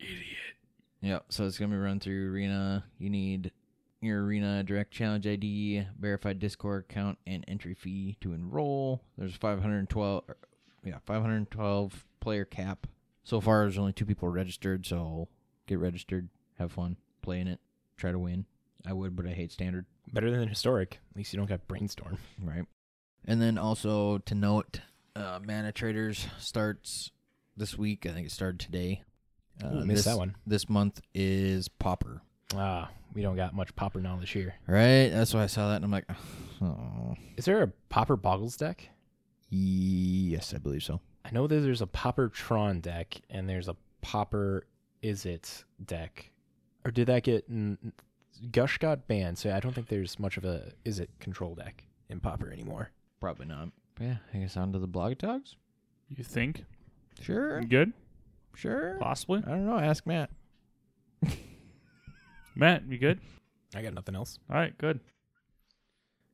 S5: Idiot. Yep. So it's gonna be run through Arena. You need your Arena Direct Challenge ID, verified Discord account, and entry fee to enroll. There's 512. er, Yeah, 512 player cap. So far, there's only two people registered. So get registered. have fun playing it, try to win. I would, but I hate standard,
S2: Better than historic. At least you don't got brainstorm.
S5: right? And then also to note, uh, Mana Traders starts this week. I think it started today. Uh,
S2: Ooh, missed
S5: this-
S2: Uh, that one.
S5: This month is Popper.
S2: Ah, we don't got much popper knowledge here.
S5: Right? That's why I saw that and I'm like, oh.
S2: Is there a popper boggles deck?
S5: Yes, I believe so.
S2: I know that there's a popper Tron deck and there's a popper is it deck. Or did that get n- Gush got banned, so I don't think there's much of a is it control deck in popper anymore.
S5: Probably not. Yeah, I guess on to the blog talks.
S3: You think?
S5: Sure,
S3: You good?
S5: sure.
S3: Possibly.
S5: I don't know. Ask Matt.
S3: Matt, you good?
S2: I got nothing else.
S3: All right, good.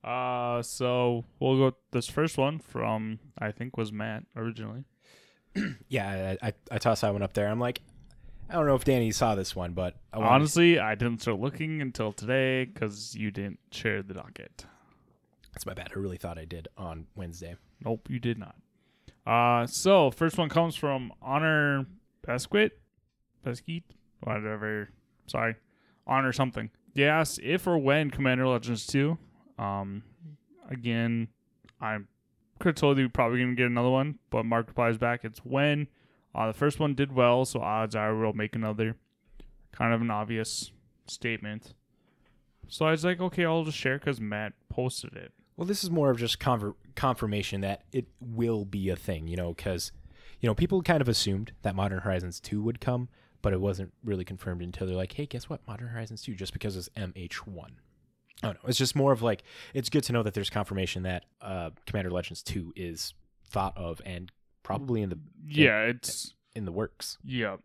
S3: Uh, so we'll go with this first one from I think was Matt originally.
S2: Yeah, I, I, I tossed that one up there. I'm like, I don't know if Danny saw this one, but I wanted-
S3: Honestly, I didn't start looking until today because you didn't share the docket.
S2: that's my bad. I really thought I did on Wednesday.
S3: Nope, you did not. Uh, so first one comes from Honor Pesquit, Pesquit, whatever. Sorry, Honor something. Yes, if or when Commander Legends two. Um, again, I could have told you probably gonna get another one, but Mark replies back. It's when. Uh, the first one did well, so odds are we'll make another. Kind of an obvious statement. So I was like, okay, I'll just share because Matt posted it.
S2: Well, this is more of just conver- confirmation that it will be a thing, you know, because, you know, people kind of assumed that Modern Horizons 2 would come, but it wasn't really confirmed until they're like, hey, guess what? Modern Horizons 2, just because it's MH1. I don't know. It's just more of like, it's good to know that there's confirmation that uh, Commander Legends 2 is thought of and probably in the
S3: Yeah, it's
S2: in the works.
S3: Yeah.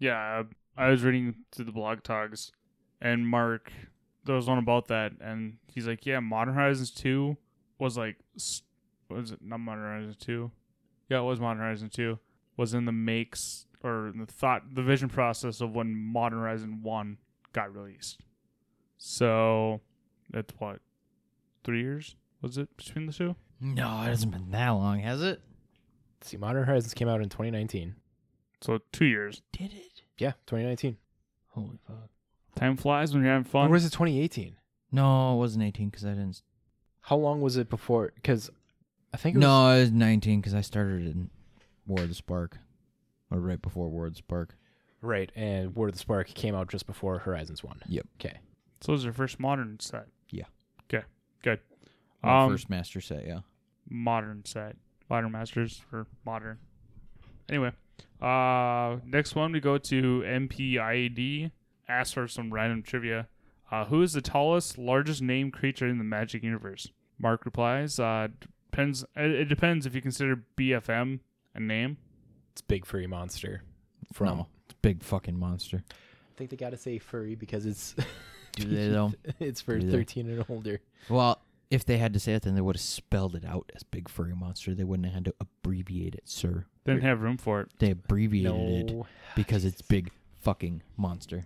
S3: Yeah. I was reading through the blog talks and Mark there was one about that and he's like, Yeah, Modern Horizons two was like s- was it not Modern Horizons two? Yeah, it was Modern Horizons two. Was in the makes or in the thought the vision process of when Modern Horizon one got released. So that's what? Three years was it between the two?
S5: No, it hasn't been that long, has it?
S2: See, Modern Horizons came out in 2019.
S3: So two years.
S5: Did it?
S2: Yeah, 2019.
S5: Holy fuck.
S3: Time flies when you're having
S2: Or
S3: fun.
S2: was it 2018?
S5: No, it wasn't 18 because I didn't.
S2: How long was it before? Because I think it was,
S5: No, it was 19 because I started in War of the Spark. Or right before War of the Spark.
S2: Right, and War of the Spark came out just before Horizons One.
S5: Yep.
S2: Okay.
S3: so it was your first modern set.
S5: Yeah.
S3: Okay. Good.
S5: My
S3: Um,
S5: first Master set, yeah.
S3: modern set. Modern Masters for modern. Anyway, uh, next one we go to MPIAD. E Ask for some random trivia. Uh, who is the tallest, largest named creature in the Magic universe? Mark replies. Uh, depends. It, it depends if you consider BFM a name.
S2: It's big furry monster. From
S5: No, it's a big fucking monster.
S2: I think they gotta say furry because it's
S5: Do they though?
S2: it's for
S5: Do they?
S2: thirteen and older.
S5: Well, if they had to say it, then they would have spelled it out as big furry monster. They wouldn't have had to abbreviate it, sir.
S3: Didn't have room for it.
S5: They abbreviated it
S2: No.
S5: because it's big fucking monster.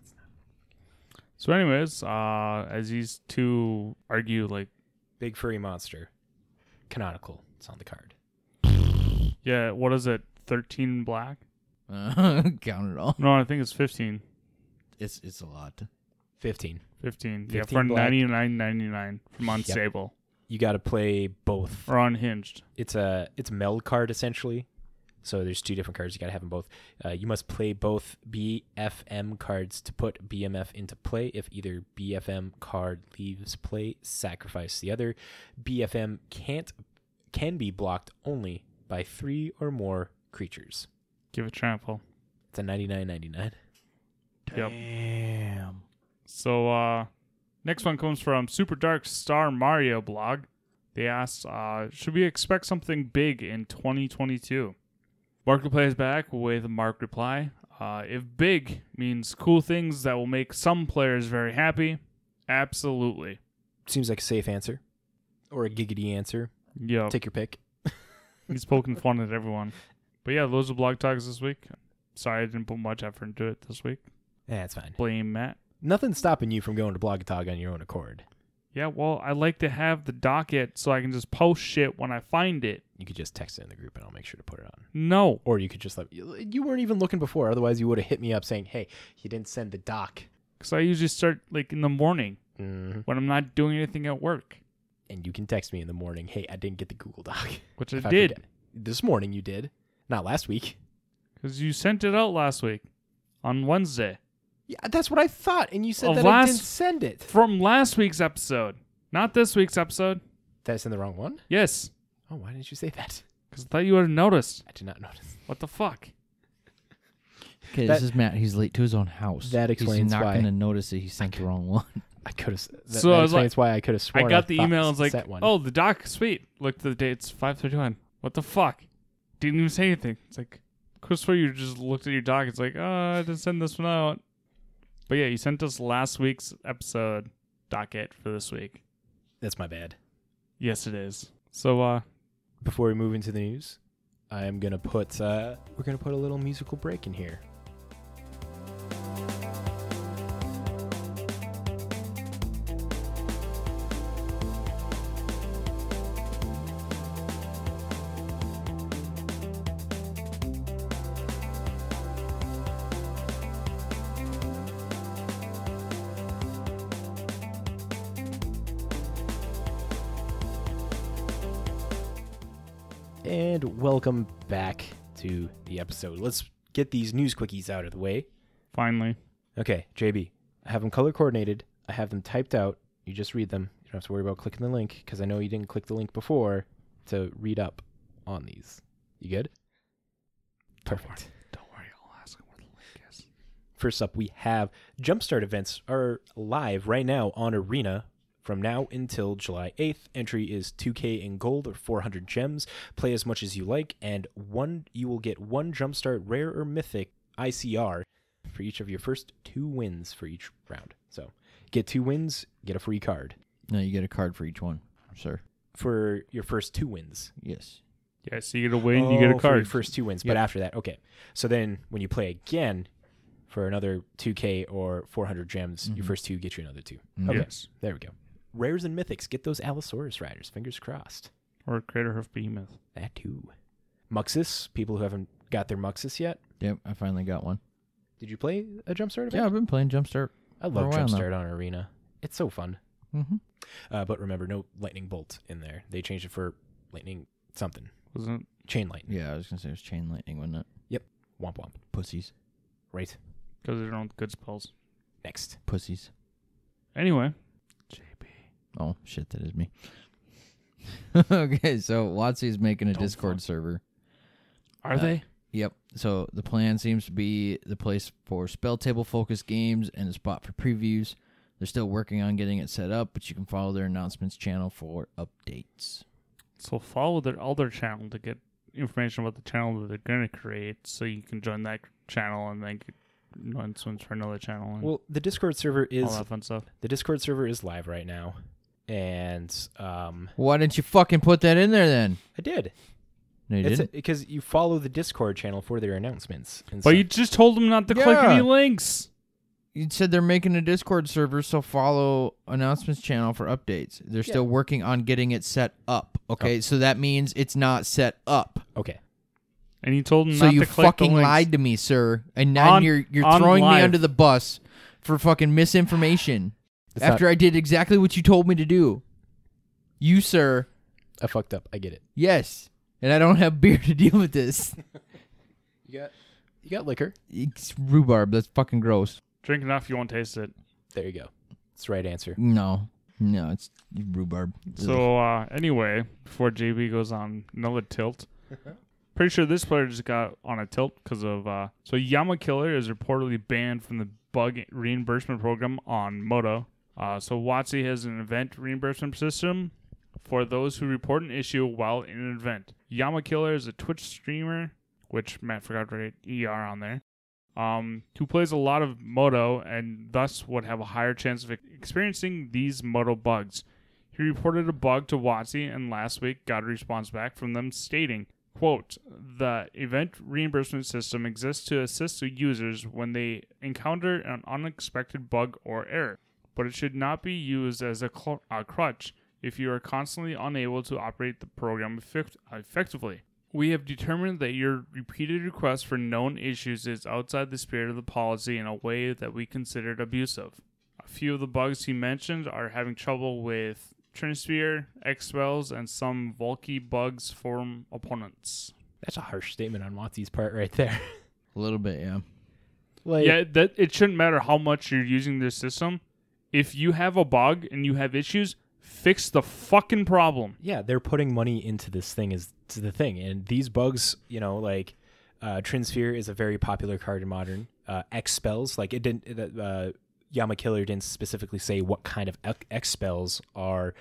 S3: So, anyways, uh, as these two argue, like,
S2: Big furry monster. Canonical. It's on the card.
S3: yeah, what is it? Thirteen black?
S5: Count it all.
S3: No, I think it's fifteen.
S5: It's it's a lot.
S2: Fifteen.
S3: 15. yeah,
S2: 15
S3: for
S2: black.
S3: 99.99 from unstable
S2: You gotta play both.
S3: or unhinged.
S2: It's a it's a meld card essentially. So there's two different cards. You gotta have them both. Uh, you must play both BFM cards to put BMF into play. If either BFM card leaves play, sacrifice the other. BFM can't can be blocked only by three or more creatures.
S3: Give it trample.
S2: It's a 99.99.
S3: Yep.
S5: Damn.
S3: So uh next one comes from Super Dark Star Mario blog. They asked, uh, should we expect something big in 2022? Mark replies back with a Mark reply. Uh, if big means cool things that will make some players very happy, absolutely.
S2: Seems like a safe answer, or a giggity answer.
S3: Yeah.
S2: Take your pick.
S3: He's poking fun at everyone. But yeah, those are blog talks this week. Sorry I didn't put much effort into it this week.
S2: Yeah, it's fine.
S3: Blame Matt.
S2: Nothing's stopping you from going to Blogtog on your own accord.
S3: Yeah, well, I like to have the docket so I can just post shit when I find it.
S2: You could just text it in the group, and I'll make sure to put it on.
S3: No.
S2: or you could just let you weren't even looking before otherwise you would have hit me up saying hey you didn't send the doc
S3: because I usually start like in the morning when I'm not doing anything at work,
S2: And you can text me in the morning. Hey, I didn't get the Google Doc.
S3: which I
S2: If I
S3: did
S2: forget. this morning. You did not last week.
S3: because you sent it out last week on Wednesday
S2: Yeah, that's what I thought, and you said
S3: Of
S2: that I
S3: last-
S2: didn't send it.
S3: from last week's episode, not this week's episode.
S2: Did I send the wrong one?
S3: Yes,
S2: Oh, why didn't you say that?
S3: because I thought you would have noticed.
S2: I did not notice.
S3: What the fuck?
S5: Okay,
S2: That-
S5: this is Matt. He's late to his own house.
S2: That explains
S5: He's not
S2: why.
S5: going to notice that he sent the wrong one.
S2: I could have. That,
S3: So
S2: that
S3: I was like-
S2: explains why I could have sworn
S3: I got the
S2: thought
S3: email. and It's like,
S2: sent one.
S3: oh, the doc, sweet. Look, the date's five thirty-one. What the fuck? Didn't even say anything. It's like, Chris, where you just looked at your doc. It's like, oh, I didn't send this one out. But yeah, you sent us last week's episode docket for this week.
S2: that's my bad.
S3: Yes, it is. So, uh,
S2: Before we move into the news, I am gonna put. Uh, we're gonna put a little musical break in here. And welcome back to the episode. Let's get these news quickies out of the way.
S3: finally,
S2: Okay, JB, I have them color coordinated. I have them typed out. You just read them. You don't have to worry about clicking the link because I know you didn't click the link before to read up on these. You good? Perfect.
S3: don't worry, I'll ask him where the link is.
S2: First up, we have Jumpstart events are live right now on Arena from now until July 8th. Entry is 2K in gold or 400 gems. Play as much as you like, and one you will get one Jumpstart rare or mythic ICR for each of your first two wins for each round. So get two wins, get a free card
S5: No, you get a card for each one, sir.
S2: for your first two wins.
S5: Yes.
S3: Yeah, so you get a win, you get
S2: Oh,
S3: a
S2: for your
S3: card.
S2: first two wins, but
S5: Yeah.
S2: after that, okay. So then when you play again for another 2K or 400 gems, your first two get you another two.
S5: Mm.
S2: Okay.
S3: Yes,
S2: There we go. Rares and mythics, get those Allosaurus riders. Fingers crossed.
S3: or Crater of Behemoth.
S2: That too. Muxus, people who haven't got their Muxus yet.
S5: Yep, I finally got one.
S2: Did you play a Jumpstart event?
S5: Yeah, I've been playing Jumpstart.
S2: I
S5: for a
S2: love
S5: while now.
S2: Jumpstart on Arena. It's so fun.
S5: Mm-hmm.
S2: Uh, but remember, no lightning bolt in there. They changed it for lightning something.
S3: Wasn't
S2: Chain lightning.
S5: Yeah, I was going to say it was Chain Lightning, wasn't it?
S2: Womp womp.
S5: Pussies.
S2: Right.
S3: because they don't have good spells.
S2: Next.
S5: Pussies.
S3: Anyway,
S5: Oh, shit, that is me. okay, so Watsy is making a Discord server.
S3: are
S5: Uh,
S3: they?
S5: Yep. So the plan seems to be the place for spell table focused games and a spot for previews. They're still working on getting it set up, but you can follow their announcements channel for updates.
S3: So follow their other channel to get information about the channel that they're gonna create, so you can join that channel and then get one swings for another channel and
S2: Well, the Discord server
S3: all
S2: is
S3: that fun stuff.
S2: the Discord server is live right now, and um,
S5: Why didn't you fucking put that in there then?
S2: I did.
S5: No, you
S2: It's
S5: didn't.
S2: because you follow the Discord channel for their announcements. and
S3: But
S2: stuff.
S3: you just told them not to click
S5: Yeah.
S3: any links.
S5: you said they're making a Discord server, so follow announcements channel for updates. They're still working on getting it set up. Okay,
S3: Oh.
S5: so that means it's not set up.
S2: okay.
S3: And you told them
S5: So
S3: not
S5: you
S3: to click
S5: fucking
S3: the links.
S5: lied to me, sir. And now
S3: On-
S5: you're you're
S3: on
S5: throwing me
S3: live.
S5: under the bus for fucking misinformation
S2: It's
S5: after
S2: not-
S5: I did exactly what you told me to do. You, sir,
S2: I fucked up. I get it.
S5: yes. And I don't have beer to deal with this.
S2: You got you got liquor.
S5: It's rhubarb. That's fucking gross.
S3: Drink enough, you won't taste it.
S2: There you go. It's the right answer.
S5: No, no, it's rhubarb.
S3: So uh, anyway, before JB goes on another tilt, pretty sure this player just got on a tilt because of uh, so Yama Killer is reportedly banned from the bug reimbursement program on Moto. Uh, so Watsy has an event reimbursement system for those who report an issue while in an event. Yama Killer is a Twitch streamer, which Matt forgot to write ER on there. Um, who plays a lot of Moto and thus would have a higher chance of experiencing these Moto bugs. He reported a bug to Watsy and last week got a response back from them stating, quote, the event reimbursement system exists to assist the users when they encounter an unexpected bug or error, but it should not be used as a, cl- a crutch if you are constantly unable to operate the program effect- effectively. We have determined that your repeated request for known issues is outside the spirit of the policy in a way that we considered abusive. A few of the bugs he mentioned are having trouble with Trinisphere, X-Spells, and some Volky bugs form opponents.
S2: That's a harsh statement on Watsy's part right there.
S5: A little bit, yeah.
S2: like,
S3: Yeah, that it shouldn't matter how much you're using this system. If you have a bug and you have issues, fix the fucking problem.
S2: yeah, they're putting money into this thing is to the thing, and these bugs, you know, like uh, Trinsphere is a very popular card in Modern. Uh, X spells, like it didn't. Uh, uh, Yama Killer didn't specifically say what kind of X- X spells are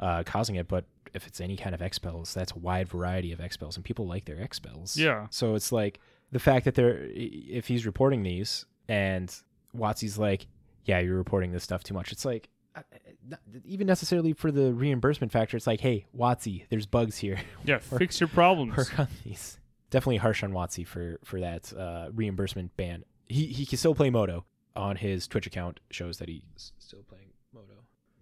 S2: uh, causing it, but if it's any kind of X spells, that's a wide variety of X spells, and people like their X spells.
S3: Yeah.
S2: So it's like the fact that they're if he's reporting these, and Watsy's like, yeah, you're reporting this stuff too much. It's like, uh, I- I- not, even necessarily for the reimbursement factor, it's like, hey, Watsy, there's bugs here.
S3: Yeah, fix your problems.
S2: Work on these. Definitely harsh on Watsy for for that uh, reimbursement ban. He he can still play Moto on his Twitch account. Shows that he's still playing Moto.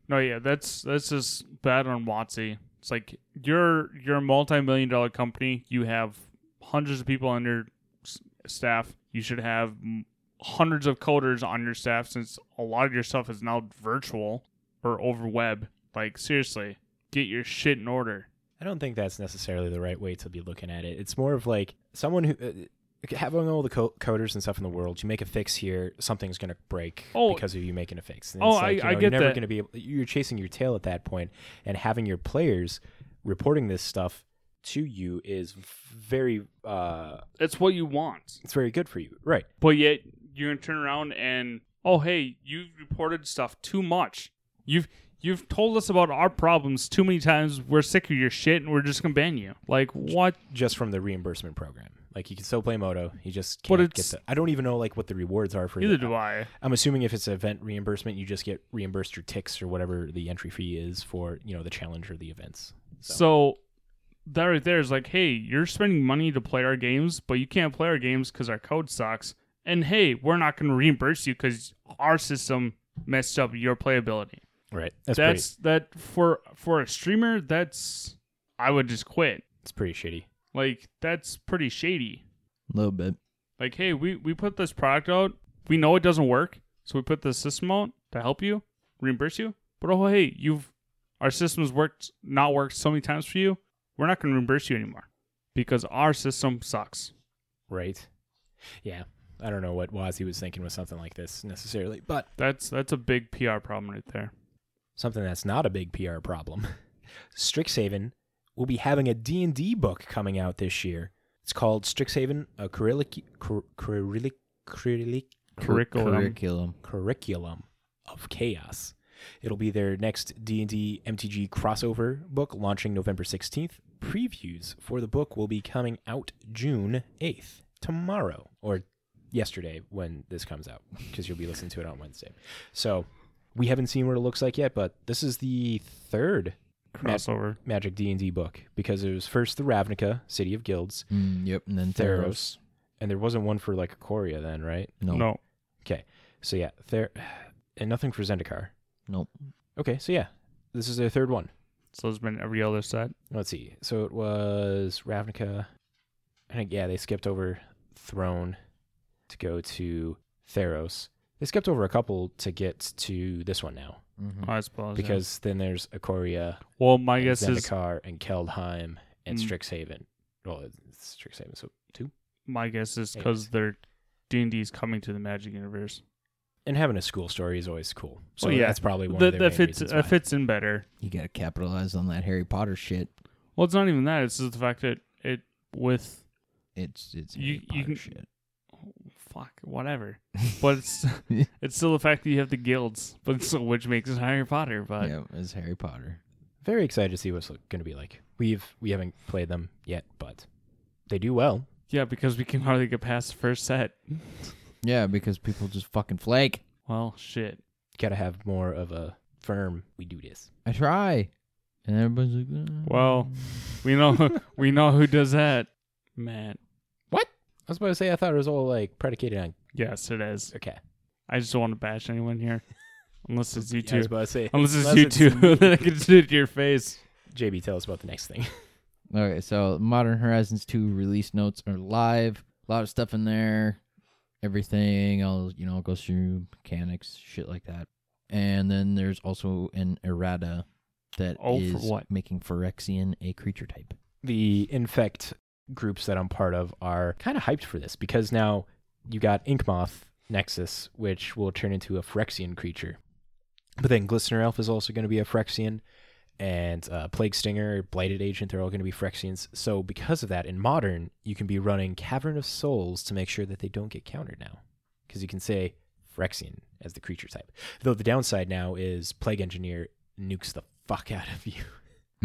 S3: No, yeah, that's that's just bad on Watsy. It's like you're you're a multi-million dollar company. You have hundreds of people on your s- staff. You should have m- hundreds of coders on your staff since a lot of your stuff is now virtual or over web. Like seriously, get your shit in order.
S2: I don't think that's necessarily the right way to be looking at it. It's more of like someone who. Uh, Having all the co- coders and stuff in the world, you make a fix here, something's going to break
S3: Oh.
S2: because of you making a fix. And
S3: Oh,
S2: it's like,
S3: I-
S2: you know,
S3: I
S2: You're
S3: get
S2: never
S3: that.
S2: going to be. Able, you're chasing your tail at that point, and having your players reporting this stuff to you is very. Uh,
S3: That's what you want.
S2: it's very good for you, right?
S3: But yet you're gonna turn around and oh hey, you've reported stuff too much. You've you've told us about our problems too many times. We're sick of your shit and we're just gonna ban you. Like what?
S2: just from the reimbursement program. Like you can still play Moto, you just
S3: But
S2: can't get
S3: it's-
S2: the. I don't even know like what the rewards are for.
S3: Neither
S2: the,
S3: do I.
S2: I'm assuming if it's event reimbursement, you just get reimbursed your ticks or whatever the entry fee is for you know the challenge or the events.
S3: So. that right there is like, hey, you're spending money to play our games, but you can't play our games because our code sucks. And hey, we're not gonna reimburse you because our system messed up your playability.
S2: Right, that's
S3: that's that for for a streamer. That's I would just quit.
S2: pretty, it's pretty shitty.
S3: Like that's pretty shady.
S5: A little bit.
S3: Like, hey, we, we put this product out. We know it doesn't work, so we put this system out to help you, reimburse you. But oh hey, you've our system's worked not worked so many times for you. We're not gonna reimburse you anymore. Because our system sucks.
S2: Right, yeah. I don't know what Wazi was thinking with something like this necessarily, but
S3: That's that's a big PR problem right there.
S2: something that's not a big PR problem. Strixhaven will be having a D&D book coming out this year. It's called Strixhaven, a Cyrillic, Cyr- Cyrillic, Cyrillic
S3: Curriculum.
S5: Curriculum.
S2: curriculum of chaos it'll be their next d&d mtg crossover book launching november 16th previews for the book will be coming out june 8th tomorrow or yesterday when this comes out because you'll be listening to it on wednesday so we haven't seen what it looks like yet but this is the third
S3: Crossover.
S2: magic d&d book because it was first the ravnica city of guilds
S5: Mm, yep. And then Theros.
S2: theros and there wasn't one for like Coria then right
S5: No.
S3: No.
S2: okay so yeah there and nothing for zendikar
S5: Nope.
S2: Okay, so yeah, this is their third one.
S3: So it's been every other set.
S2: Let's see. So it was Ravnica. I think yeah, they skipped over Throne to go to Theros. They skipped over a couple to get to this one now,
S5: Mhm.
S3: I suppose. yeah.
S2: Mm. because then there's Ikoria,
S3: well my
S2: and
S3: guess is
S2: Zendikar, and Keldheim, and
S3: Mm.
S2: Strixhaven. Well, it's Strixhaven, so two.
S3: my guess is because their D and D is coming to the Magic Universe.
S2: And having a school story is always cool. So
S3: Well, yeah.
S2: that's probably one
S3: That,
S2: of their
S3: that
S2: main
S3: fits
S2: reasons
S3: that
S2: why.
S3: fits in better.
S5: You got to capitalize on that Harry Potter shit.
S3: Well, it's not even that. It's just the fact that it with
S5: It's it's
S3: You-
S5: Harry
S3: you
S5: Potter
S3: can-
S5: shit.
S3: fuck whatever, but it's it's still the fact that you have the guilds, but so which makes it Harry Potter. But
S5: yeah, it's Harry Potter.
S2: Very excited to see what's going to be like. We've we haven't played them yet, but they do well.
S3: yeah, because we can hardly get past the first set.
S5: Yeah, because people just fucking flake.
S3: Well, shit.
S2: gotta have more of a firm we do this
S5: I try, and everybody's like, "Uh,
S3: Well, we know we know who does that, Matt.
S2: i was about to say i thought it was all like predicated on
S3: Yes, it is.
S2: okay
S3: I just don't want to bash anyone here, unless it's you
S2: i
S3: two.
S2: was about to say
S3: Unless it's
S2: Unless
S3: you
S2: it's
S3: two, then I can do it to your face.
S2: jb tell us about the next thing
S5: Okay, so Modern Horizons 2 release notes are live. A lot of stuff in there. Everything else, you know, goes through mechanics, shit like that. And then there's also an errata that
S3: Oh, for
S5: is
S3: what?
S5: making Phyrexian a creature type.
S2: the infect groups that I'm part of are kind of hyped for this because now you got Ink Moth Nexus, which will turn into a Phyrexian creature. But then Glistener Elf is also going to be a Phyrexian, and uh, Plague Stinger, Blighted Agent, they're all going to be Phyrexians. So because of that, in Modern, you can be running Cavern of Souls to make sure that they don't get countered now, because you can say Phyrexian as the creature type. Though the downside now is Plague Engineer nukes the fuck out of you.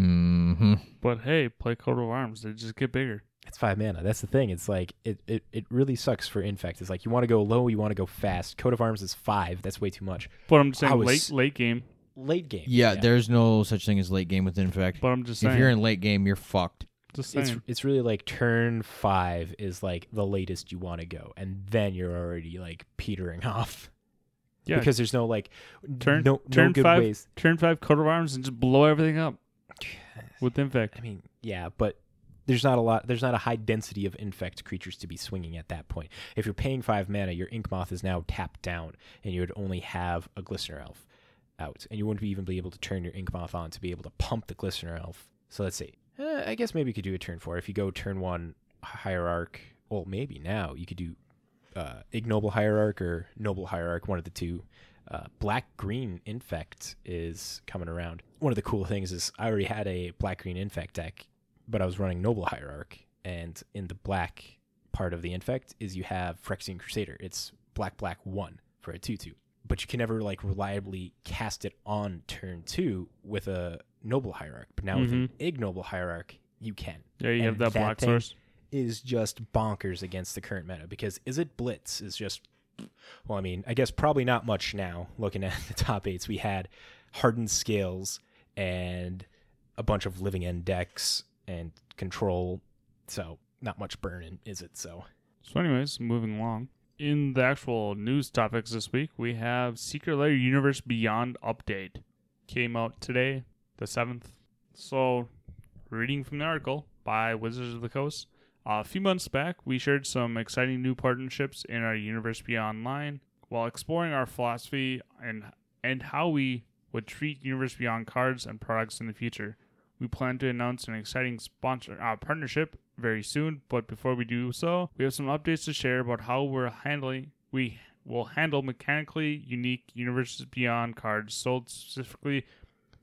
S5: Mm-hmm.
S3: But hey, play Coat of Arms. They just get bigger.
S2: It's five mana. That's the thing. It's like it, it, it really sucks for infect. It's like you want to go low, you want to go fast. Coat of arms is five. That's way too much.
S3: But I'm just
S2: I
S3: saying,
S2: was-
S3: late late game.
S2: Late game.
S5: Yeah, there's no such thing as late game with Infect.
S3: But I'm just
S5: if
S3: saying.
S5: you're in late game, you're fucked.
S3: just saying.
S2: it's it's really like turn five is like the latest you want to go, and then you're already like petering off.
S3: yeah.
S2: Because there's no like
S3: turn
S2: no
S3: turn
S2: no good
S3: five
S2: ways.
S3: turn five Coat of Arms and just blow everything up with Infect.
S2: I mean, yeah, but there's not a lot. There's not a high density of infect creatures to be swinging at that point. If you're paying five mana, your ink moth is now tapped down, and you would only have a glistener elf out, and you wouldn't even be able to turn your ink moth on to be able to pump the glistener elf. So let's see. Eh, I guess maybe you could do a turn four if you go turn one hierarch. Well, maybe now you could do uh, ignoble hierarch or noble hierarch, one of the two. Uh, black green infect is coming around. One of the cool things is I already had a black green infect deck, but I was running noble hierarch, and in the black part of the infect is you have Phyrexian Crusader. It's black black one for a two two, but you can never like reliably cast it on turn two with a noble hierarch. But now with an ignoble hierarch, you can.
S3: Yeah, you have
S2: And
S3: that black
S2: thing
S3: source.
S2: is just bonkers against the current meta because is it blitz is just well i mean i guess probably not much now looking at the top eights we had hardened scales and a bunch of living end decks and control so not much burning is it so
S3: So, anyways, moving along. In the actual news topics this week, we have Secret Lair Universe Beyond update. Came out today, the 7th. So, reading from the article by Wizards of the Coast, a few months back, we shared some exciting new partnerships in our Universe Beyond line while exploring our philosophy and, and how we would treat Universe Beyond cards and products in the future. We plan to announce an exciting sponsor uh, partnership very soon, but before we do so, we have some updates to share about how we're handling we will handle mechanically unique universes beyond cards sold specifically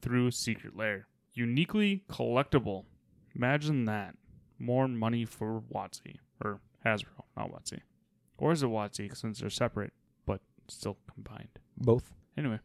S3: through Secret Lair. Uniquely collectible. Imagine that. More money for Watsy or Hasbro, not Watsy. Or is it Watsy since they're separate but still combined?
S2: both
S3: Anyway,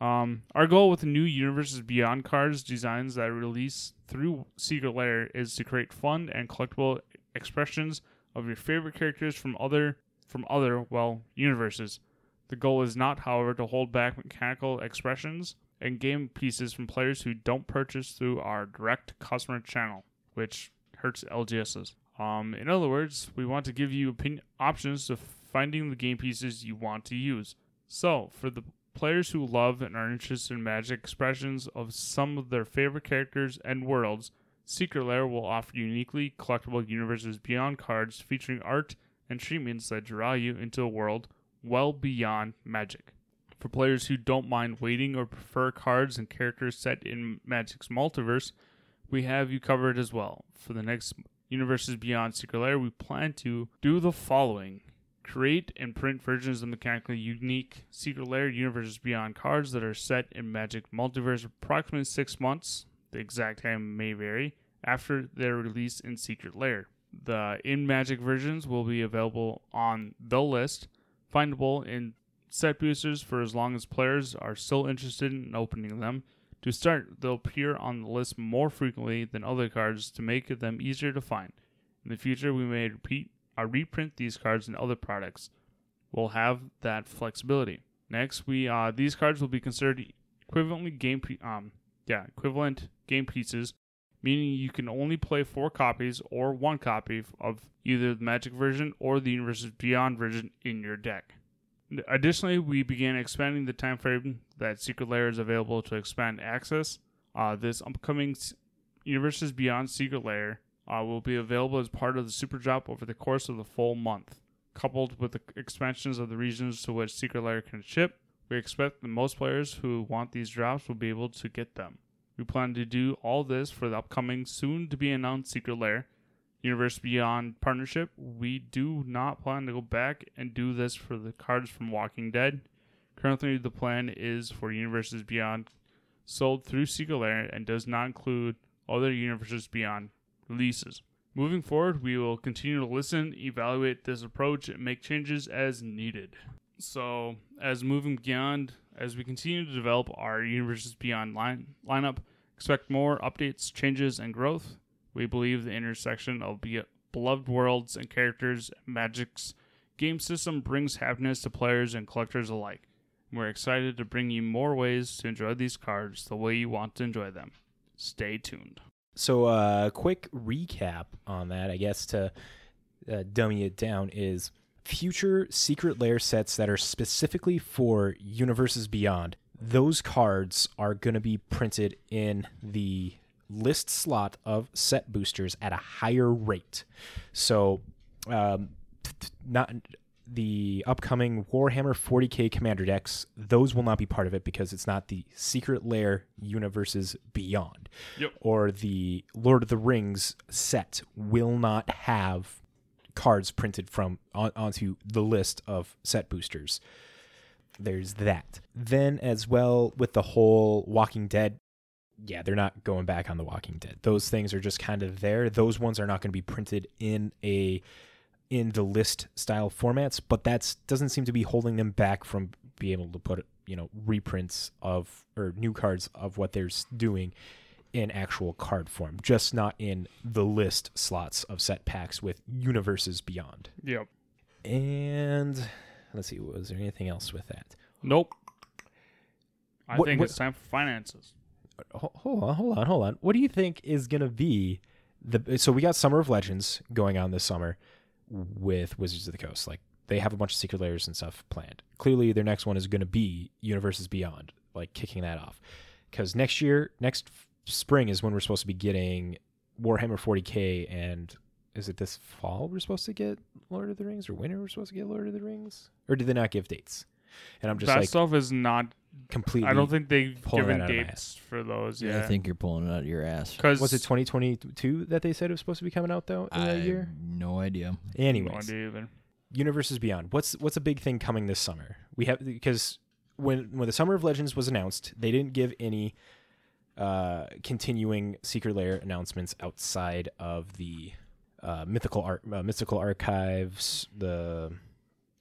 S3: um, our goal with the new Universes Beyond cards designs that release through Secret Lair is to create fun and collectible expressions of your favorite characters from other from other well universes. The goal is not, however, to hold back mechanical expressions and game pieces from players who don't purchase through our direct customer channel, which hurts LGSs. Um, in other words, we want to give you opin- options to finding the game pieces you want to use. So, for the players who love and are interested in magic expressions of some of their favorite characters and worlds, Secret Lair will offer uniquely collectible universes beyond cards featuring art and treatments that draw you into a world well beyond magic. For players who don't mind waiting or prefer cards and characters set in Magic's multiverse, we have you covered as well. For the next Universes Beyond Secret Lair, we plan to do the following create and print versions of mechanically unique Secret Lair Universes Beyond cards that are set in Magic Multiverse approximately six months. The exact time may vary after their release in Secret Lair. The in Magic versions will be available on the list, findable in set boosters for as long as players are still interested in opening them. To start, they'll appear on the list more frequently than other cards to make them easier to find. In the future, we may repeat or reprint these cards in other products. We'll have that flexibility. Next, we uh, these cards will be considered equivalently game pe- um yeah equivalent game pieces, meaning you can only play four copies or one copy f- of either the Magic version or the Universes Beyond version in your deck. Additionally, we began expanding the time frame that Secret Lair is available to expand access. Uh, this upcoming s- Universes Beyond Secret Lair uh, will be available as part of the Super Drop over the course of the full month. Coupled with the expansions of the regions to which Secret Lair can ship, we expect that most players who want these drops will be able to get them. We plan to do all this for the upcoming, soon to be announced Secret Lair Universe Beyond partnership. We do not plan to go back and do this for the cards from Walking Dead. Currently, the plan is for Universes Beyond sold through Secret Lair and does not include other Universes Beyond releases. Moving forward, we will continue to listen, evaluate this approach, and make changes as needed. So, as moving beyond, as we continue to develop our Universes Beyond line, lineup, expect more updates, changes, and growth. We believe the intersection of be- beloved worlds and characters, and Magic's game system brings happiness to players and collectors alike. We're excited to bring you more ways to enjoy these cards the way you want to enjoy them. Stay tuned.
S2: So, uh, quick recap on that, I guess, to uh, dummy it down is future secret lair sets that are specifically for universes beyond. Those cards are going to be printed in the list slot of set boosters at a higher rate. So, um, t- t- not the upcoming Warhammer 40k Commander decks, those will not be part of it because it's not the Secret Lair universes beyond.
S3: Yep.
S2: Or the Lord of the Rings set will not have cards printed from on, onto the list of set boosters. There's that. Then as well with the whole Walking Dead yeah, they're not going back on The Walking Dead. Those things are just kind of there. Those ones are not going to be printed in a in the list style formats, but that's doesn't seem to be holding them back from being able to put you know reprints of or new cards of what they're s- doing in actual card form, just not in the list slots of set packs with universes beyond.
S3: Yep.
S2: And let's see, was there anything else with that?
S3: Nope. I
S2: What-
S3: think
S2: what-
S3: it's time for finances.
S2: Ho- hold on, hold on, hold on. What do you think is gonna be the? So we got Summer of Legends going on this summer with Wizards of the Coast. Like they have a bunch of secret layers and stuff planned. Clearly, their next one is gonna be Universes Beyond, like kicking that off. Because next year, next f- spring is when we're supposed to be getting Warhammer 40k, and is it this fall we're supposed to get Lord of the Rings, or winter we're supposed to get Lord of the Rings, or did they not give dates? And I'm just
S3: that
S2: like
S3: stuff is not.
S2: completely.
S3: I don't think they've
S2: pulling that
S3: given
S2: out of my ass.
S3: dates for those.
S5: Yeah,
S3: Yeah.
S5: I think you're pulling it out of your ass.
S3: Because
S2: Was it 2022 that they said it was supposed to be coming out though in
S5: I
S2: that year?
S5: no idea.
S3: No
S2: Anyways,
S3: idea either.
S2: Universes Beyond. What's what's a big thing coming this summer? We have because when when the Summer of Legends was announced, they didn't give any uh, continuing Secret Lair announcements outside of the uh, mythical art, uh, mystical archives. The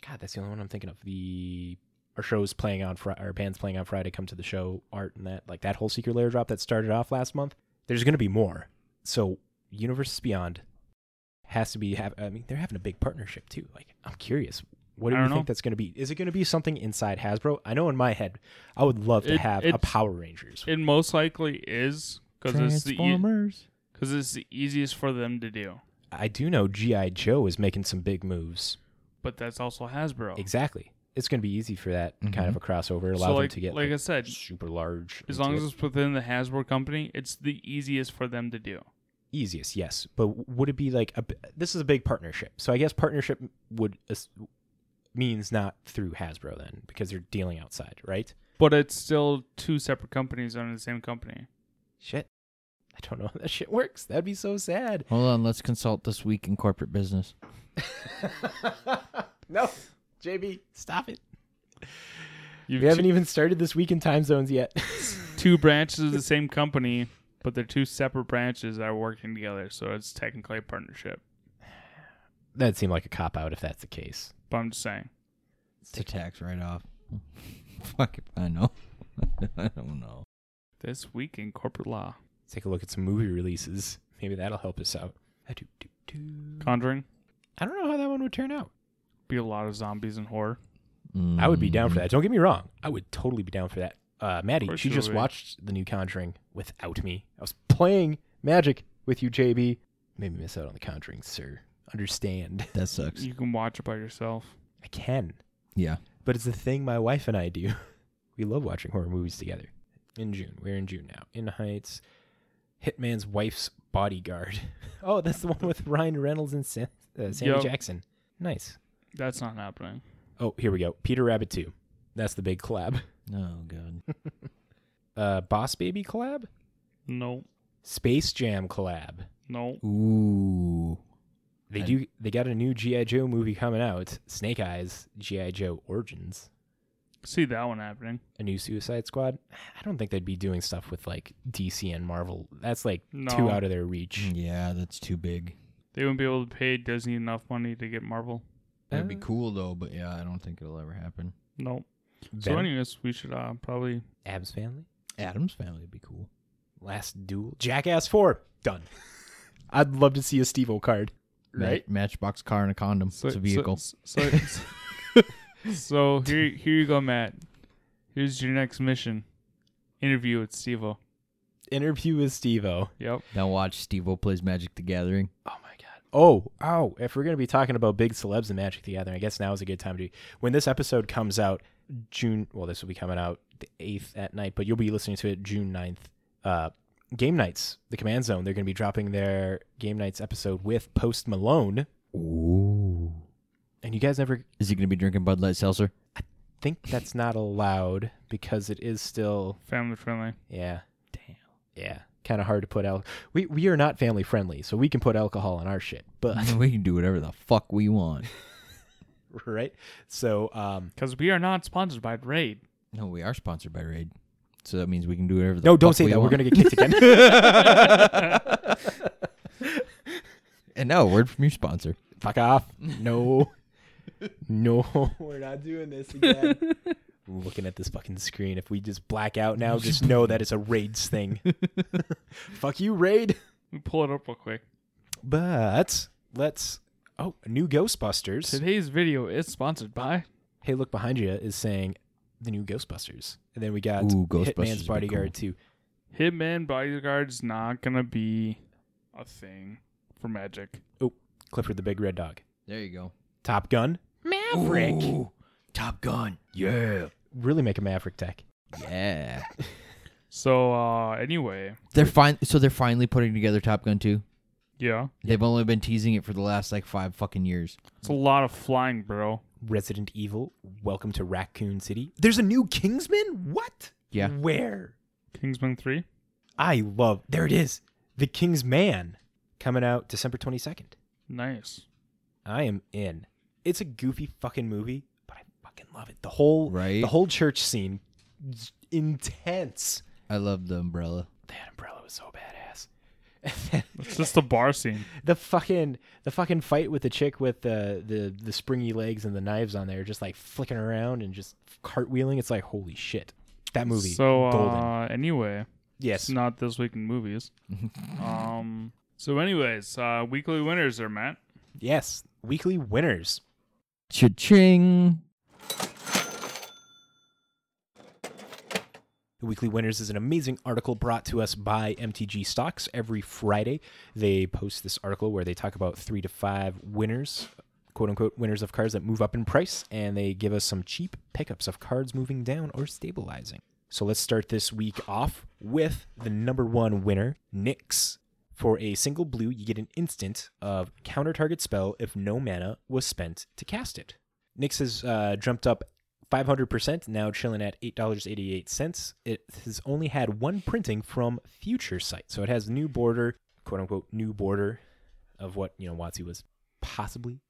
S2: God, that's the only one I'm thinking of. The our shows playing on Friday, our bands playing on Friday. Come to the show art and that like that whole Secret Lair drop that started off last month. There's going to be more. So Universes Beyond has to be have. I mean, they're having a big partnership too. Like I'm curious. What do you
S3: I don't
S2: think
S3: know.
S2: that's going to be? Is it going to be something inside Hasbro? I know in my head, I would love to
S3: It-
S2: have a
S3: it's-
S2: Power Rangers.
S3: It most likely is because it's the e-
S5: Transformers.
S3: cause it's the easiest for them to do.
S2: I do know GI Joe is making some big moves.
S3: But that's also Hasbro.
S2: Exactly. It's going to be easy for that kind of a crossover. Allow
S3: Oh. Mm-hmm. So
S2: them
S3: like,
S2: to get
S3: like
S2: like,
S3: I said,
S2: super large.
S3: as
S2: and
S3: long
S2: to
S3: as
S2: get-
S3: it's within the Hasbro company, it's the easiest for them to do.
S2: easiest, yes. But w- would it be like a? b- This is a big partnership, so I guess partnership would as- means not through Hasbro then because they're dealing outside, right?
S3: But it's still two separate companies under the same company.
S2: Shit, I don't know how that shit works. That'd be so sad.
S5: Hold on, let's consult this week in corporate business.
S2: no, JB, stop it.
S3: You've
S2: We haven't
S3: two,
S2: even started this week in time zones yet.
S3: two branches of the same company, but they're two separate branches that are working together, so it's technically a partnership.
S2: That'd seem like a cop out if that's the case.
S3: But I'm just saying.
S5: It's a tax write off. Fuck it, I know. I don't know.
S3: This week in corporate law.
S2: take a look at some movie releases. Maybe that'll help us out. I
S3: Conjuring,
S2: don't know how that one would turn out.
S3: be a lot of zombies and horror.
S2: I would be down for that. Don't get me wrong. I would totally be down for that. Uh, Maddie,
S3: course
S2: she
S3: you
S2: just
S3: would.
S2: watched the new Conjuring without me. I was playing Magic with you, JB. Maybe miss out on the Conjuring, sir. Understand?
S5: That sucks.
S3: You can watch it by yourself.
S2: I can,
S5: Yeah.
S2: but it's the thing my wife and I do. We love watching horror movies together. In June, we're in June now. In Heights, Hitman's Wife's Bodyguard. Oh, that's the one with Ryan Reynolds and Sam, uh, Sammy
S3: Yep.
S2: Jackson. Nice.
S3: That's not happening.
S2: Oh, here we go. Peter Rabbit 2. That's the big collab.
S5: Oh god.
S2: Uh, Boss Baby collab?
S3: No,
S2: Space Jam collab.
S3: no.
S5: Ooh.
S2: They
S5: I-
S2: do. They got a new GI Joe movie coming out. Snake Eyes GI Joe Origins.
S3: See that one happening.
S2: A new Suicide Squad. I don't think they'd be doing stuff with like DC and Marvel. That's like
S3: No.
S2: too out of their reach.
S5: Yeah, that's too big.
S3: They wouldn't be able to pay Disney enough money to get Marvel.
S5: That'd be
S2: Uh,
S5: cool though, but yeah, I don't think it'll ever happen.
S3: Nope. So,
S2: Venom,
S3: anyways, we should uh, probably.
S2: Ab's Family,
S5: Adam's family would be cool.
S2: Last Duel, Jackass Four, done. I'd love to see a Steve-O card.
S5: Ma-
S3: Right.
S5: matchbox car and a condom.
S3: So,
S5: it's a vehicle.
S3: So, so, so here, here you go, Matt. Here's your next mission: interview with Stevo.
S2: Interview with Steve-O.
S3: Yep.
S5: now watch Steve O plays Magic the Gathering.
S2: Oh my god. Oh, oh, if we're going to be talking about big celebs and Magic the Gathering, I guess now is a good time to. When this episode comes out, June, well, this will be coming out the 8th at night, but you'll be listening to it June 9th. Uh, game Nights, the Command Zone, they're going to be dropping their Game Nights episode with Post Malone.
S5: Ooh.
S2: And you guys never
S5: Is he gonna be drinking Bud Light Seltzer?
S2: think that's not allowed because it is still,
S3: Family friendly.
S2: yeah,
S5: Damn.
S2: yeah, kind of hard to put out. We, we are not family friendly, so we can put alcohol in our shit, but,
S5: we can do whatever the fuck we want.
S2: right? So, um,
S3: Because we are not sponsored by Raid.
S5: No, we are sponsored by Raid. So that means we can do whatever the
S2: No,
S5: fuck
S2: don't say
S5: we
S2: that. We're
S5: want.
S2: gonna get kicked again.
S5: And now a word from your sponsor.
S2: Fuck off. No. No, we're not doing this again. Looking at this fucking screen. If we just black out now, just know that it's a raids thing. Fuck you, raid.
S3: Let me pull it up real quick.
S2: But let's. Oh, new Ghostbusters.
S3: Today's video is sponsored by.
S2: Hey, look behind you is saying the new Ghostbusters, and then we got
S5: Ooh, Ghostbusters would
S2: Hitman's
S5: be
S2: Bodyguard too.
S3: Hitman Bodyguard's not gonna be a thing for Magic.
S2: Oh, Clifford the Big Red Dog.
S5: There you go.
S2: Top Gun. Maverick.
S5: Top Gun. Yeah.
S2: Really make a Maverick tech.
S5: Yeah.
S3: So uh anyway,
S5: they're fine. So they're finally putting together Top Gun 2.
S3: yeah,
S5: They've only been teasing it for the last like five fucking years.
S3: it's a lot of flying, bro.
S2: Resident Evil, Welcome to Raccoon City. There's a new Kingsman? What?
S5: Yeah.
S2: Where?
S3: Kingsman Three.
S2: I love. There it is. The Kingsman coming out December 22nd.
S3: Nice.
S2: I am in. It's a goofy fucking movie, but I fucking love it. The whole
S5: Right?
S2: the whole church scene is intense.
S5: I love the umbrella.
S2: That umbrella was so badass. And then
S3: It's just the bar scene.
S2: the fucking the fucking fight with the chick with the the the springy legs and the knives on there just like flicking around and just cartwheeling. It's like holy shit. That movie
S3: So
S2: golden.
S3: uh anyway,
S2: Yes.
S3: it's not this week in movies. um so anyways, uh weekly winners are Matt.
S2: Yes. Weekly winners.
S5: Cha-ching.
S2: The Weekly Winners is an amazing article brought to us by MTG Stocks every Friday. They post this article where they talk about three to five winners, quote unquote, winners of cards that move up in price, and they give us some cheap pickups of cards moving down or stabilizing. So let's start this week off with the number one winner, Nyx. For a single blue, you get an instant of counter target spell if no mana was spent to cast it. Nyx has uh, jumped up 500%, now chilling at $8.88. It has only had one printing from Future Sight. So it has new border, quote unquote, new border of what, you know, Watsi was possibly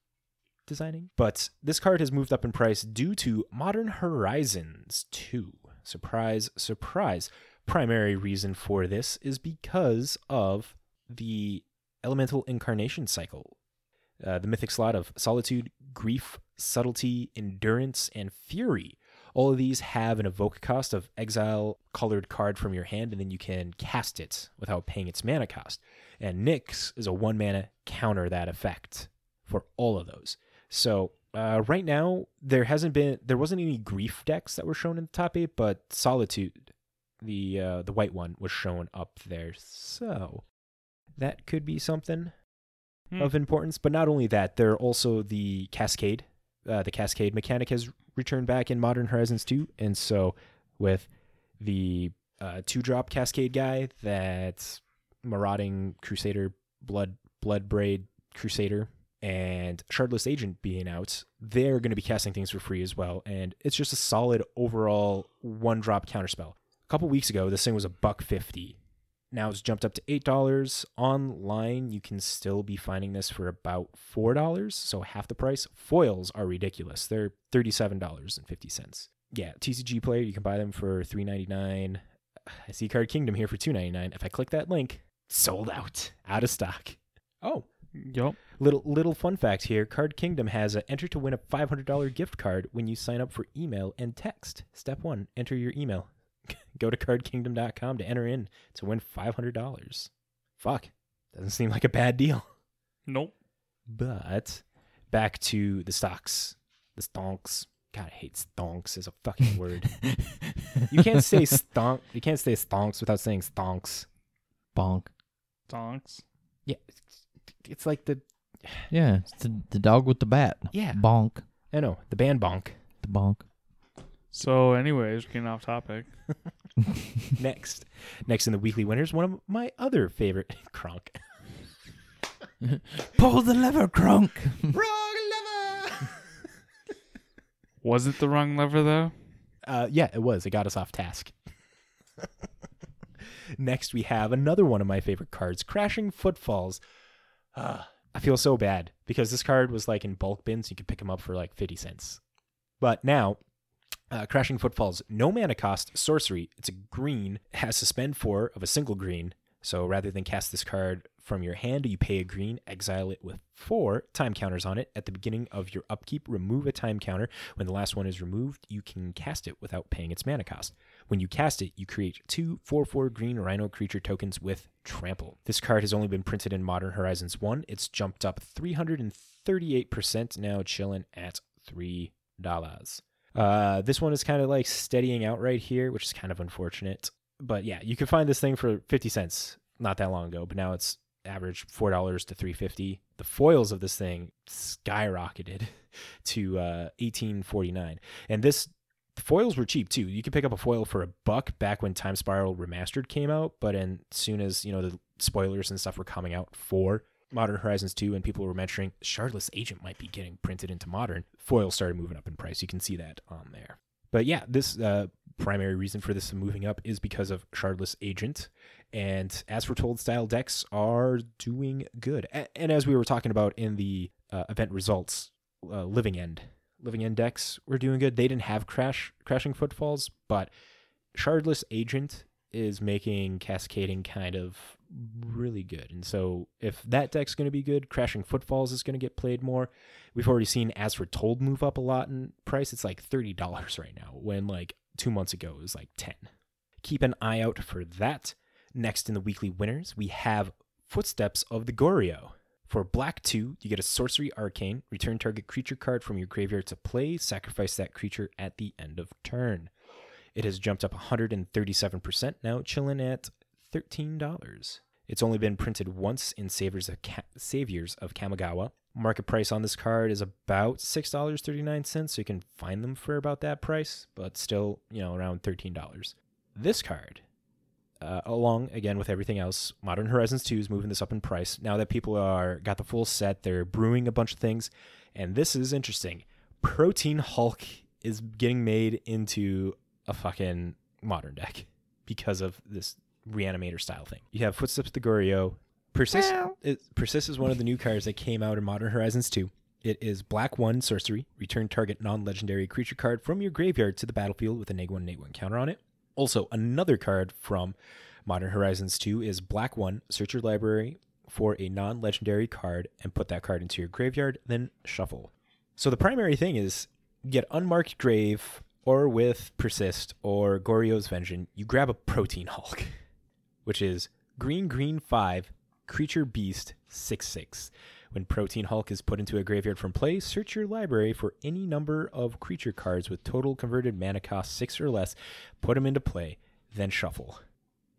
S2: designing. But this card has moved up in price due to Modern Horizons 2. Surprise, surprise. Primary reason for this is because of the elemental incarnation cycle uh, the mythic slot of solitude, grief, subtlety, endurance, and fury. All of these have an evoke cost of exile colored card from your hand, and then you can cast it without paying its mana cost. And Nyx is a one mana counter that effect for all of those. So uh, right now there hasn't been there wasn't any grief decks that were shown in the top eight, but solitude, the uh, the white one, was shown up there. So that could be something
S3: Hmm.
S2: of importance. But not only that, there are also the cascade. Uh, the cascade mechanic has returned back in Modern Horizons 2, and so with the uh, two drop cascade guy that marauding crusader blood blood braid crusader and shardless agent being out they're going to be casting things for free as well and it's just a solid overall one drop counterspell a couple weeks ago this thing was a buck 50 now it's jumped up to eight dollars online you can still be finding this for about four dollars so half the price foils are ridiculous they're $37.50 yeah tcg player you can buy them for 399 I see Card Kingdom here for two ninety nine. If I click that link, sold out, out of stock. Oh,
S3: Yep.
S2: little little fun fact here: Card Kingdom has a enter to win a five hundred dollar gift card when you sign up for email and text. Step one: enter your email. Go to cardkingdom.com to enter in to win five hundred dollars. Fuck, doesn't seem like a bad deal.
S3: Nope.
S2: But back to the stocks, the stonks. God, I hate stonks as a fucking word. You can't say stonk. You can't say stonks without saying stonks.
S5: bonk.
S3: Donks.
S2: Yeah, it's, it's like the
S5: Yeah, it's the, the dog with the bat.
S2: Yeah.
S5: bonk,
S2: I know the band bonk.
S5: the bonk.
S3: So, anyways, getting off topic.
S2: Next, next in the weekly winners, one of my other favorite Kronk.
S5: Pull the lever, Kronk.
S3: Was it the wrong lever though?
S2: Uh, yeah, it was. It got us off task. Next, we have another one of my favorite cards, Crashing Footfalls. Uh, I feel so bad because this card was like in bulk bins. You could pick them up for like 50 cents. But now, uh, Crashing Footfalls, no mana cost, sorcery. It's a green, has suspend four of a single green. So rather than cast this card from your hand, you pay a green, exile it with four time counters on it. At the beginning of your upkeep, remove a time counter. When the last one is removed, you can cast it without paying its mana cost. When you cast it, you create two 4 4 green rhino creature tokens with trample. This card has only been printed in Modern Horizons 1. It's jumped up 338%, now chilling at $3. Uh, this one is kind of like steadying out right here, which is kind of unfortunate. But yeah, you can find this thing for 50 cents not that long ago, but now it's average four dollars to 350 the foils of this thing skyrocketed to uh 1849 and this foils were cheap too you could pick up a foil for a buck back when time spiral remastered came out but in soon as you know the spoilers and stuff were coming out for modern horizons 2 and people were mentioning shardless agent might be getting printed into modern foils started moving up in price you can see that on there but yeah this uh primary reason for this moving up is because of shardless agent and as foretold style decks are doing good. A- and as we were talking about in the uh, event results, uh, Living End, Living End decks were doing good. They didn't have crash crashing footfalls, but Shardless Agent is making cascading kind of really good. And so if that deck's going to be good, crashing footfalls is going to get played more. We've already seen as foretold move up a lot in price. It's like $30 right now when like 2 months ago it was like 10. Keep an eye out for that. Next in the weekly winners, we have Footsteps of the Goryeo. For black 2, you get a sorcery arcane, return target creature card from your graveyard to play, sacrifice that creature at the end of turn. It has jumped up 137%, now chilling at $13. It's only been printed once in Saviors of, Ka- Saviors of Kamigawa. Market price on this card is about $6.39, so you can find them for about that price, but still, you know, around $13. This card uh, along again with everything else. Modern Horizons 2 is moving this up in price now that people are got the full set. They're brewing a bunch of things, and this is interesting. Protein Hulk is getting made into a fucking modern deck because of this reanimator style thing. You have Footsteps of the Goryeo. Persist, it, Persist is one of the new cards that came out in Modern Horizons 2. It is black one sorcery. Return target non legendary creature card from your graveyard to the battlefield with a neg one, neg one counter on it. Also, another card from Modern Horizons 2 is Black 1. Search your library for a non legendary card and put that card into your graveyard, then shuffle. So the primary thing is get Unmarked Grave or with Persist or Goryo's Vengeance, you grab a Protein Hulk, which is green, green 5, creature beast 6 6. When Protein Hulk is put into a graveyard from play, search your library for any number of creature cards with total converted mana cost 6 or less, put them into play, then shuffle.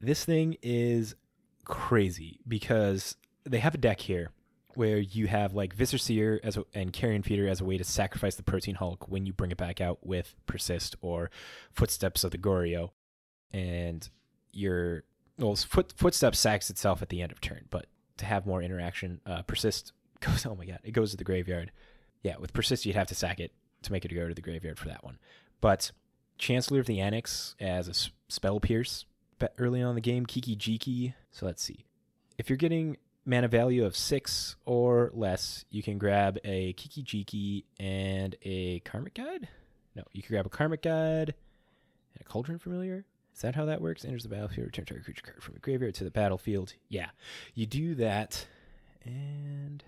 S2: This thing is crazy because they have a deck here where you have like Visor Seer as a, and Carrion Feeder as a way to sacrifice the Protein Hulk when you bring it back out with Persist or Footsteps of the Goryeo. And your well, s- foot, footstep sacks itself at the end of turn, but to have more interaction, uh, persist goes. Oh my god, it goes to the graveyard. Yeah, with persist, you'd have to sack it to make it go to the graveyard for that one. But Chancellor of the Annex as a s- spell pierce ba- early on in the game, Kiki Jiki. So let's see. If you're getting mana value of six or less, you can grab a Kiki Jiki and a Karmic Guide. No, you can grab a Karmic Guide and a Cauldron Familiar. Is that how that works? Enters the battlefield, return target creature card from the graveyard to the battlefield. Yeah, you do that, and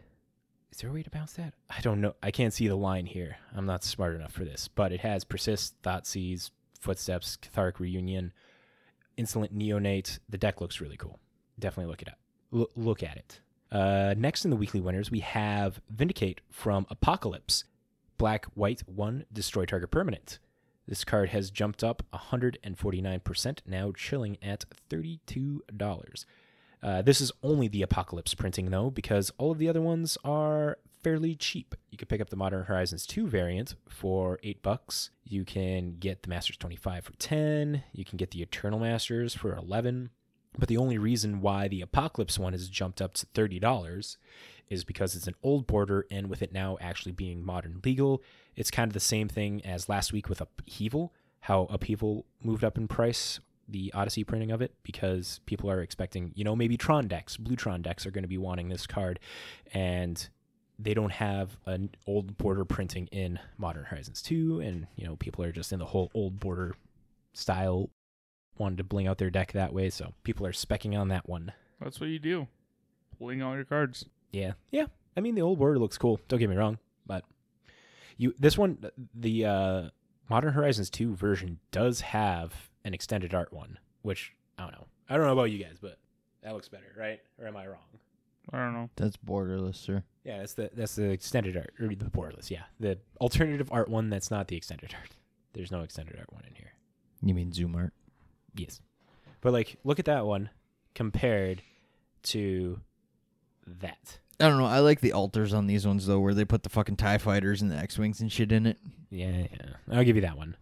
S2: is there a way to bounce that? I don't know. I can't see the line here. I'm not smart enough for this, but it has persist, thought sees, footsteps, cathartic reunion, insolent neonate. The deck looks really cool. Definitely look it up. L- look at it. Uh, next in the weekly winners, we have Vindicate from Apocalypse. Black, white, one, destroy target permanent. This card has jumped up 149%, now chilling at $32. Uh, this is only the Apocalypse printing, though, because all of the other ones are fairly cheap. You can pick up the Modern Horizons 2 variant for 8 bucks. You can get the Masters 25 for 10. You can get the Eternal Masters for 11. But the only reason why the Apocalypse one has jumped up to $30 is because it's an old border, and with it now actually being modern legal, it's kind of the same thing as last week with Upheaval, how Upheaval moved up in price, the Odyssey printing of it, because people are expecting, you know, maybe Tron decks, Blue Tron decks are going to be wanting this card, and they don't have an old border printing in Modern Horizons 2, and, you know, people are just in the whole old border style, wanted to bling out their deck that way, so people are specking on that one.
S3: That's what you do. Pulling all your cards.
S2: Yeah, yeah. I mean, the old border looks cool. Don't get me wrong, but you this one, the uh, Modern Horizons two version does have an extended art one, which I don't know. I don't know about you guys, but that looks better, right? Or am I wrong?
S3: I don't know.
S5: That's borderless, sir.
S2: Yeah, that's the that's the extended art or the borderless. Yeah, the alternative art one. That's not the extended art. There's no extended art one in here.
S5: You mean zoom art?
S2: Yes. But like, look at that one compared to that.
S5: I don't know. I like the altars on these ones though, where they put the fucking Tie Fighters and the X Wings and shit in it.
S2: Yeah, yeah. I'll give you that one.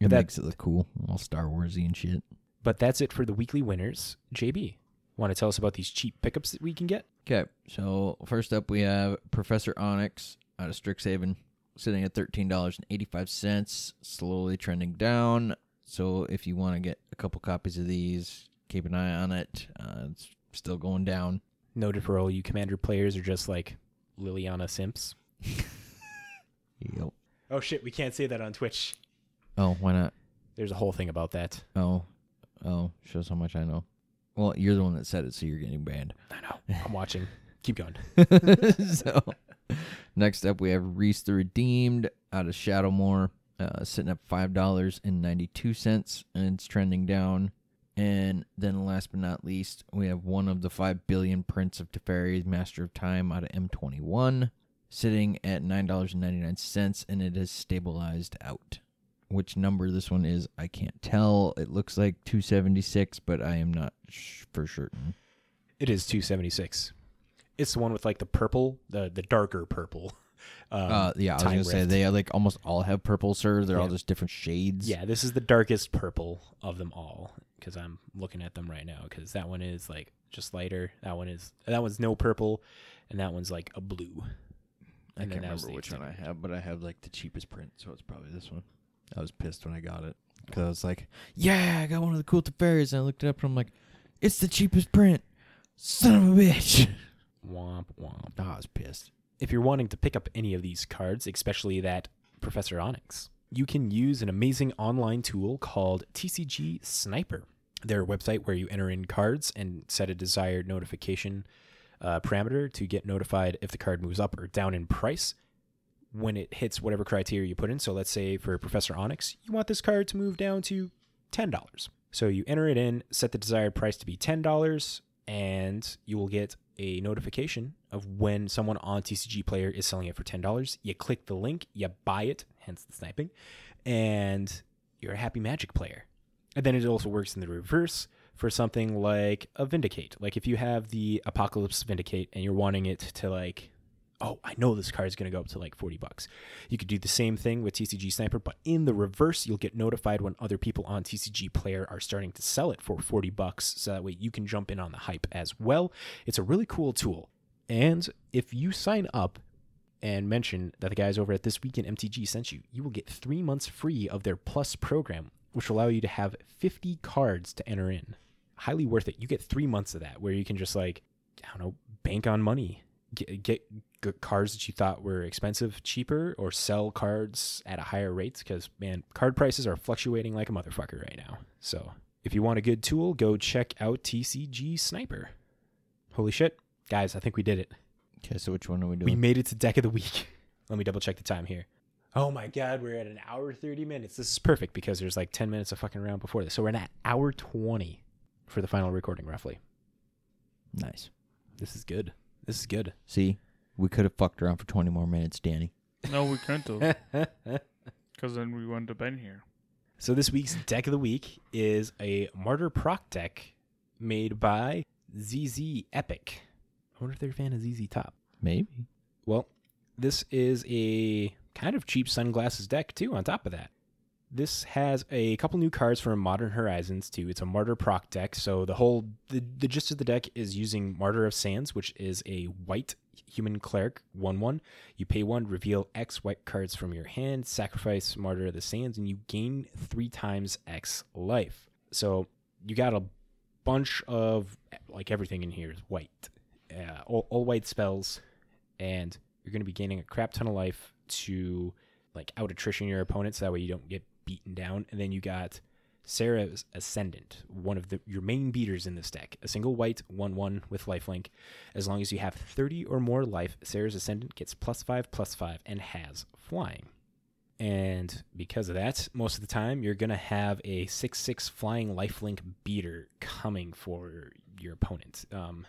S5: It
S2: That-
S5: makes it look cool, all Star Warsy and shit.
S2: But that's it for the weekly winners. JB, want to tell us about these cheap pickups that we can get?
S5: Okay, so first up we have Professor Onyx out of Strixhaven, sitting at thirteen dollars and eighty-five cents, slowly trending down. So if you want to get a couple copies of these, keep an eye on it. Uh, it's still going down.
S2: Noted for all you commander players are just like Liliana Simps.
S5: Yep.
S2: Oh shit, we can't say that on Twitch.
S5: Oh, why not?
S2: There's a whole thing about that.
S5: Oh, oh, shows how much I know. Well, you're the one that said it, so you're getting banned.
S2: I know. I'm watching. Keep going.
S5: so, next up, we have Reese the Redeemed out of Shadowmoor, uh, sitting at five dollars and ninety-two cents, and it's trending down. And then, last but not least, we have one of the five billion prints of Teferi's Master of Time out of M21, sitting at nine dollars and ninety-nine cents, and it has stabilized out. Which number this one is, I can't tell. It looks like 276, but I am not sh- for certain.
S2: It is 276. It's the one with like the purple, the the darker purple. Um,
S5: Uh, yeah, I was
S2: time
S5: gonna say
S2: rift.
S5: they like almost all have purple, sir. They're all
S2: Yeah.
S5: just different shades.
S2: Yeah, this is the darkest purple of them all because I'm looking at them right now because that one is like just lighter. That one is that one's no purple, and that one's like a blue.
S5: I
S2: And then
S5: can't
S2: that was
S5: remember
S2: the
S5: which one I
S2: extended.
S5: have, but I have like the cheapest print, so it's probably this one. I was pissed when I got it because I was like, "Yeah, I got one of the cool Teferis," and I looked it up and I'm like, "It's the cheapest print, son of a bitch."
S2: Womp womp.
S5: Nah, I was pissed.
S2: If you're wanting to pick up any of these cards, especially that Professor Onyx, you can use an amazing online tool called TCG Sniper. Their website where you enter in cards and set a desired notification uh, parameter to get notified if the card moves up or down in price when it hits whatever criteria you put in. So let's say for Professor Onyx, you want this card to move down to $10. So you enter it in, set the desired price to be $10, and you will get a notification of when someone on TCG Player is selling it for $10. You click the link, you buy it, hence the sniping, and you're a happy magic player. And then it also works in the reverse for something like a Vindicate. Like if you have the Apocalypse Vindicate and you're wanting it to like oh, I know this card's going to go up to like 40 bucks. You could do the same thing with TCG Sniper, but in the reverse, you'll get notified when other people on TCG Player are starting to sell it for 40 bucks. So that way you can jump in on the hype as well. It's a really cool tool. And if you sign up and mention that the guys over at This Weekend MTG sent you, you will get three months free of their Plus program, which will allow you to have 50 cards to enter in. Highly worth it. You get three months of that where you can just like, I don't know, bank on money, get, get good cards that you thought were expensive cheaper, or sell cards at a higher rate because, man, card prices are fluctuating like a motherfucker right now. So if you want a good tool, go check out TCG Sniper. Holy shit. Guys, I think we did it.
S5: Okay, so which one are
S2: We
S5: we doing?
S2: made it to deck of the week. Let me double check the time here. Oh my god, we're at an hour thirty minutes. This is perfect because there's like ten minutes of fucking around before this. So we're at an hour twenty for the final recording roughly.
S5: nice.
S2: This is good. This is good.
S5: See, we could have fucked around for 20 more minutes, Danny.
S3: No, we couldn't have, because then we wouldn't have been here.
S2: so this week's deck of the week is a martyr proc deck made by ZZ Epic. I wonder if they're a fan of ZZ Top.
S5: Maybe.
S2: Well, this is a kind of cheap sunglasses deck too. On top of that, this has a couple new cards from Modern Horizons too. It's a Martyr Proc deck, so the whole the, the gist of the deck is using Martyr of Sands, which is a white human cleric one one. You pay one, reveal X white cards from your hand, sacrifice Martyr of the Sands, and you gain three times X life. So you got a bunch of like everything in here is white, uh, all, all white spells and you're going to be gaining a crap ton of life to like out attrition your opponents. That way you don't get beaten down. And then you got Sarah's Ascendant, one of the, your main beaters in this deck. A single white, 1 1 with lifelink. As long as you have 30 or more life, Sarah's Ascendant gets plus 5, plus 5, and has flying. And because of that, most of the time you're going to have a 6 6 flying lifelink beater coming for your opponent. Um,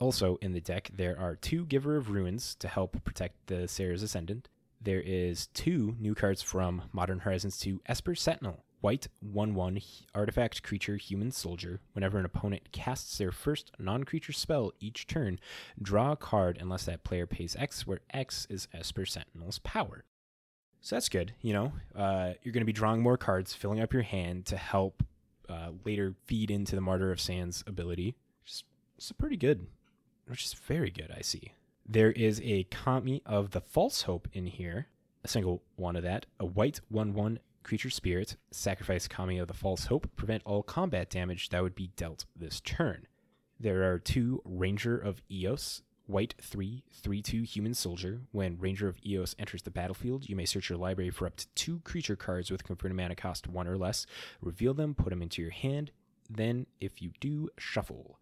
S2: also in the deck, there are two Giver of Ruins to help protect the Sarah's Ascendant. There is two new cards from Modern Horizons 2 Esper Sentinel, white 1 1 artifact creature human soldier. Whenever an opponent casts their first non creature spell each turn, draw a card unless that player pays X, where X is Esper Sentinel's power. So that's good. You know, uh, you're going to be drawing more cards, filling up your hand to help uh, later feed into the Martyr of Sands ability. Just, it's pretty good, which is very good. I see. There is a copy of the False Hope in here, a single one of that, a white one-one creature spirit. Sacrifice Kami of the False Hope. Prevent all combat damage that would be dealt this turn. There are two Ranger of Eos, white 3, 3 2 human soldier. When Ranger of Eos enters the battlefield, you may search your library for up to two creature cards with converted mana cost 1 or less, reveal them, put them into your hand, then, if you do, shuffle.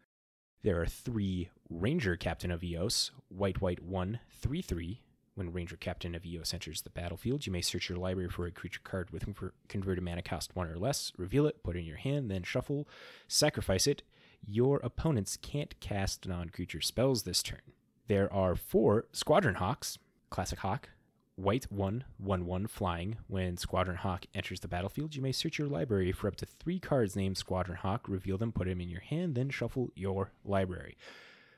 S2: There are three Ranger Captain of Eos, white white 1, 3 3. When Ranger Captain of Eos enters the battlefield, you may search your library for a creature card with conver- converted mana cost 1 or less, reveal it, put it in your hand, then shuffle, sacrifice it, your opponents can't cast non creature spells this turn. There are four Squadron Hawks, Classic Hawk, White 1 1 1 flying. When Squadron Hawk enters the battlefield, you may search your library for up to three cards named Squadron Hawk, reveal them, put them in your hand, then shuffle your library.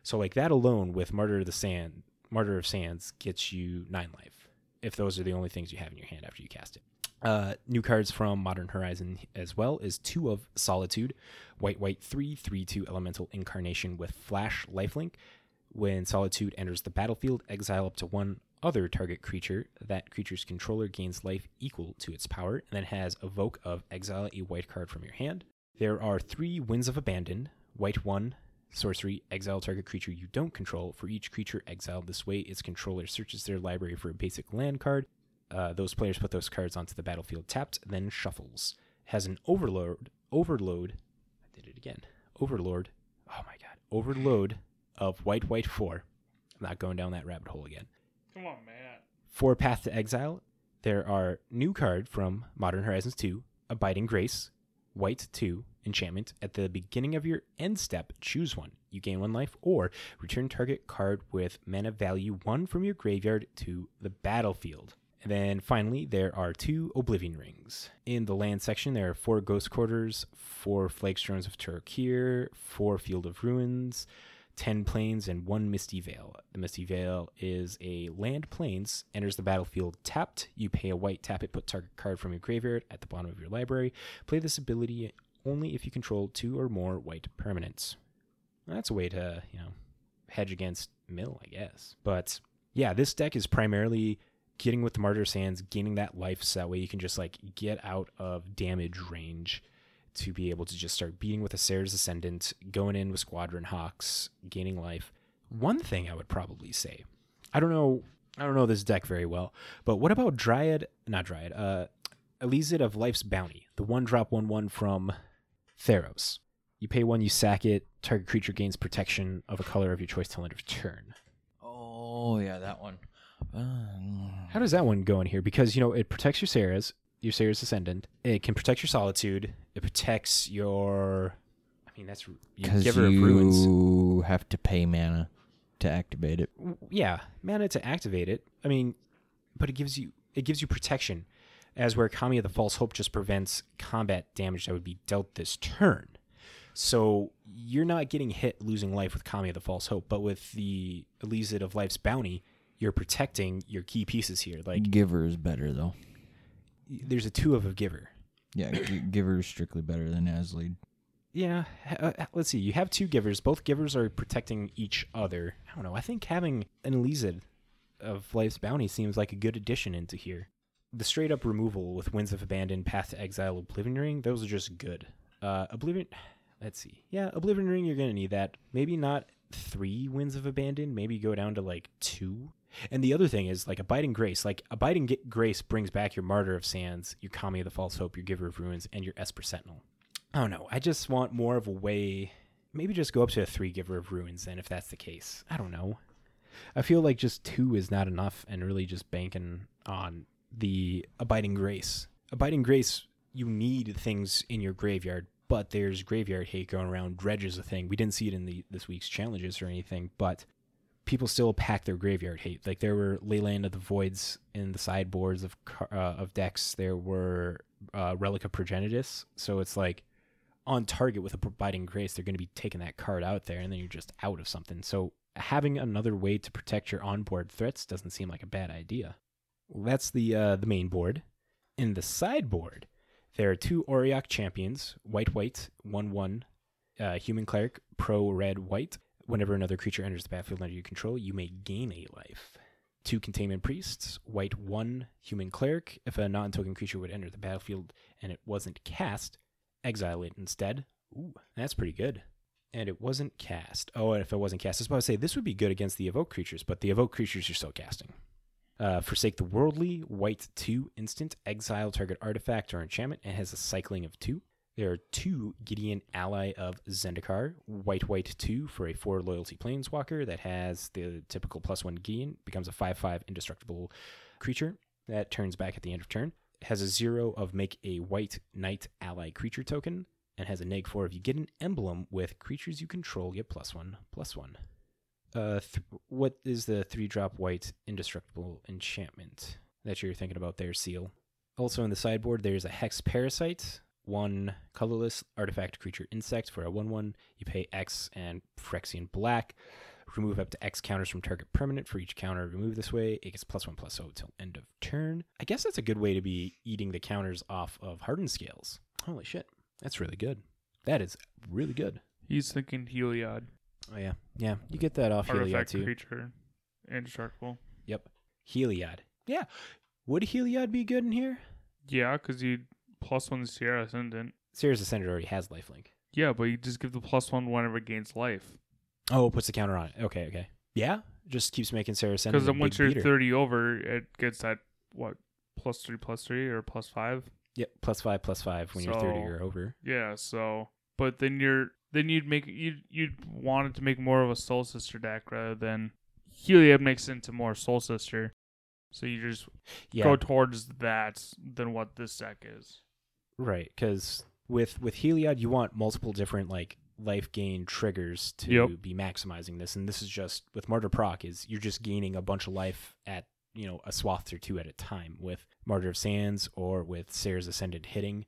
S2: So, like that alone with Martyr of the Sand, Martyr of Sands gets you nine life if those are the only things you have in your hand after you cast it. Uh, new cards from Modern Horizon as well is two of Solitude, white white three three two elemental incarnation with flash lifelink. When Solitude enters the battlefield, exile up to one other target creature. That creature's controller gains life equal to its power, and then has evoke of exile a white card from your hand. There are three Winds of Abandon, white one, sorcery, exile target creature you don't control. For each creature exiled this way, its controller searches their library for a basic land card. Uh, those players put those cards onto the battlefield tapped, then shuffles. Has an overload overload I did it again. Overlord. Oh my god. Overload of white white four. I'm not going down that rabbit hole again.
S3: Come on, Matt.
S2: For Path to Exile, there are new card from Modern Horizons 2, Abiding Grace, White 2, Enchantment. At the beginning of your end step, choose one. You gain one life or return target card with mana value 1 from your graveyard to the battlefield. And then finally, there are two Oblivion Rings. In the land section, there are four Ghost Quarters, four Flake Storms of Turakir, four Field of Ruins, 10 planes and one Misty Veil. The Misty Veil is a land planes, enters the battlefield tapped. You pay a white, tap it, put target card from your graveyard at the bottom of your library. Play this ability only if you control two or more white permanents. That's a way to, you know, hedge against mill, I guess. But yeah, this deck is primarily getting with the Martyr Sands, gaining that life so that way you can just like get out of damage range to be able to just start beating with a Sarah's Ascendant, going in with Squadron Hawks, gaining life. One thing I would probably say, I don't know, I don't know this deck very well, but what about Dryad? Not Dryad. Uh, Elizid of Life's Bounty, the one drop one one from Theros. You pay one, you sack it. Target creature gains protection of a color of your choice till end of turn.
S5: Oh yeah, that one. Uh,
S2: How does that one go in here? Because you know it protects your Sarah's, your Sarah's Ascendant. It can protect your Solitude. It protects your. I mean, that's you
S5: Because
S2: Giver of Ruins.
S5: you have to pay mana to activate it.
S2: yeah, mana to activate it. I mean, but it gives you it gives you protection, as where Kami of the False Hope just prevents combat damage that would be dealt this turn. So you're not getting hit, losing life with Kami of the False Hope, but with the Elizid of Life's Bounty, you're protecting your key pieces here. Like
S5: Giver is better though.
S2: there's a two of a giver.
S5: Yeah, G- Giver is strictly better than Asleed.
S2: Yeah, h- uh, let's see. You have two givers. Both givers are protecting each other. I don't know. I think having an Elizid of Life's Bounty seems like a good addition into here. The straight up removal with Winds of Abandon, Path to Exile, Oblivion Ring, those are just good. Uh, Oblivion, let's see. Yeah, Oblivion Ring, you're going to need that. Maybe not three Winds of Abandon, maybe go down to like two. And the other thing is like Abiding Grace. Like Abiding G- Grace brings back your Martyr of Sands, your Kami of the False Hope, your Giver of Ruins, and your Esper Sentinel. I don't know. I just want more of a way. Maybe just go up to a three giver of ruins then, if that's the case. I don't know. I feel like just two is not enough, and really just banking on the abiding grace. Abiding grace, you need things in your graveyard, but there's graveyard hate going around. Dredge is a thing. We didn't see it in the this week's challenges or anything, but people still pack their graveyard hate. Like there were Leyland of the Voids in the sideboards of car- uh, of decks. There were uh, Relic of Progenitus. So it's like on target with a providing grace, they're going to be taking that card out there, and then you're just out of something. So having another way to protect your onboard threats doesn't seem like a bad idea. Well, that's the uh, the main board. In the sideboard, there are two Oriok champions, white white one one, uh, human cleric pro red white. Whenever another creature enters the battlefield under your control, you may gain a life. Two containment priests, white one human cleric. If a non-token creature would enter the battlefield and it wasn't cast, exile it instead. Ooh, that's pretty good. And it wasn't cast. Oh, and if it wasn't cast, I was about to say this would be good against the evoke creatures, but the evoke creatures you're still casting. Uh, forsake the worldly, white two instant, exile target artifact or enchantment, and has a cycling of two. There are two Gideon ally of Zendikar, white white two for a four loyalty planeswalker that has the typical plus one Gideon, becomes a five five indestructible creature that turns back at the end of turn. Has a zero of make a white knight ally creature token, and has a neg four if you get an emblem with creatures you control get plus one plus one. Uh, th- what is the three drop white indestructible enchantment that you're thinking about there, Seal? Also in the sideboard, there's a Hex Parasite, one colorless artifact creature insect for a 1 1. You pay X and Phyrexian Black. Remove up to X counters from target permanent for each counter removed this way. It gets plus 1 plus 0 till end of turn. I guess that's a good way to be eating the counters off of Hardened Scales. Holy shit. That's really good. That is really good.
S3: He's thinking Heliod,
S2: Oh, yeah. Yeah. You get that off Heliod
S3: artifact
S2: too.
S3: creature, indestructible.
S2: Yep. Heliod. Yeah. Would Heliod be good in here?
S3: Yeah, because you plus one Sierra Ascendant.
S2: Sirius Ascendant already has lifelink.
S3: Yeah, but you just give the plus one whenever it gains life.
S2: Oh, it puts the counter on it. Okay, okay. Yeah. Just keeps making Sirius Ascendant.
S3: Because
S2: Because
S3: then once you're
S2: beater.
S3: 30 over, it gets that, what, plus three, plus three, or plus five?
S2: Yep, plus five, plus five when you're 30
S3: So-
S2: or over.
S3: Yeah, so. But then you're. Then you'd make you'd you'd want it to make more of a Soul Sister deck rather than Heliod makes it into more Soul Sister, so you just
S2: Yeah.
S3: go towards that than what this deck is.
S2: Right, because with with Heliod, you want multiple different like life gain triggers to
S3: Yep.
S2: be maximizing this, and this is just with Martyr Proc is you're just gaining a bunch of life at you know a swath or two at a time with Martyr of Sands or with Sarah's Ascended hitting.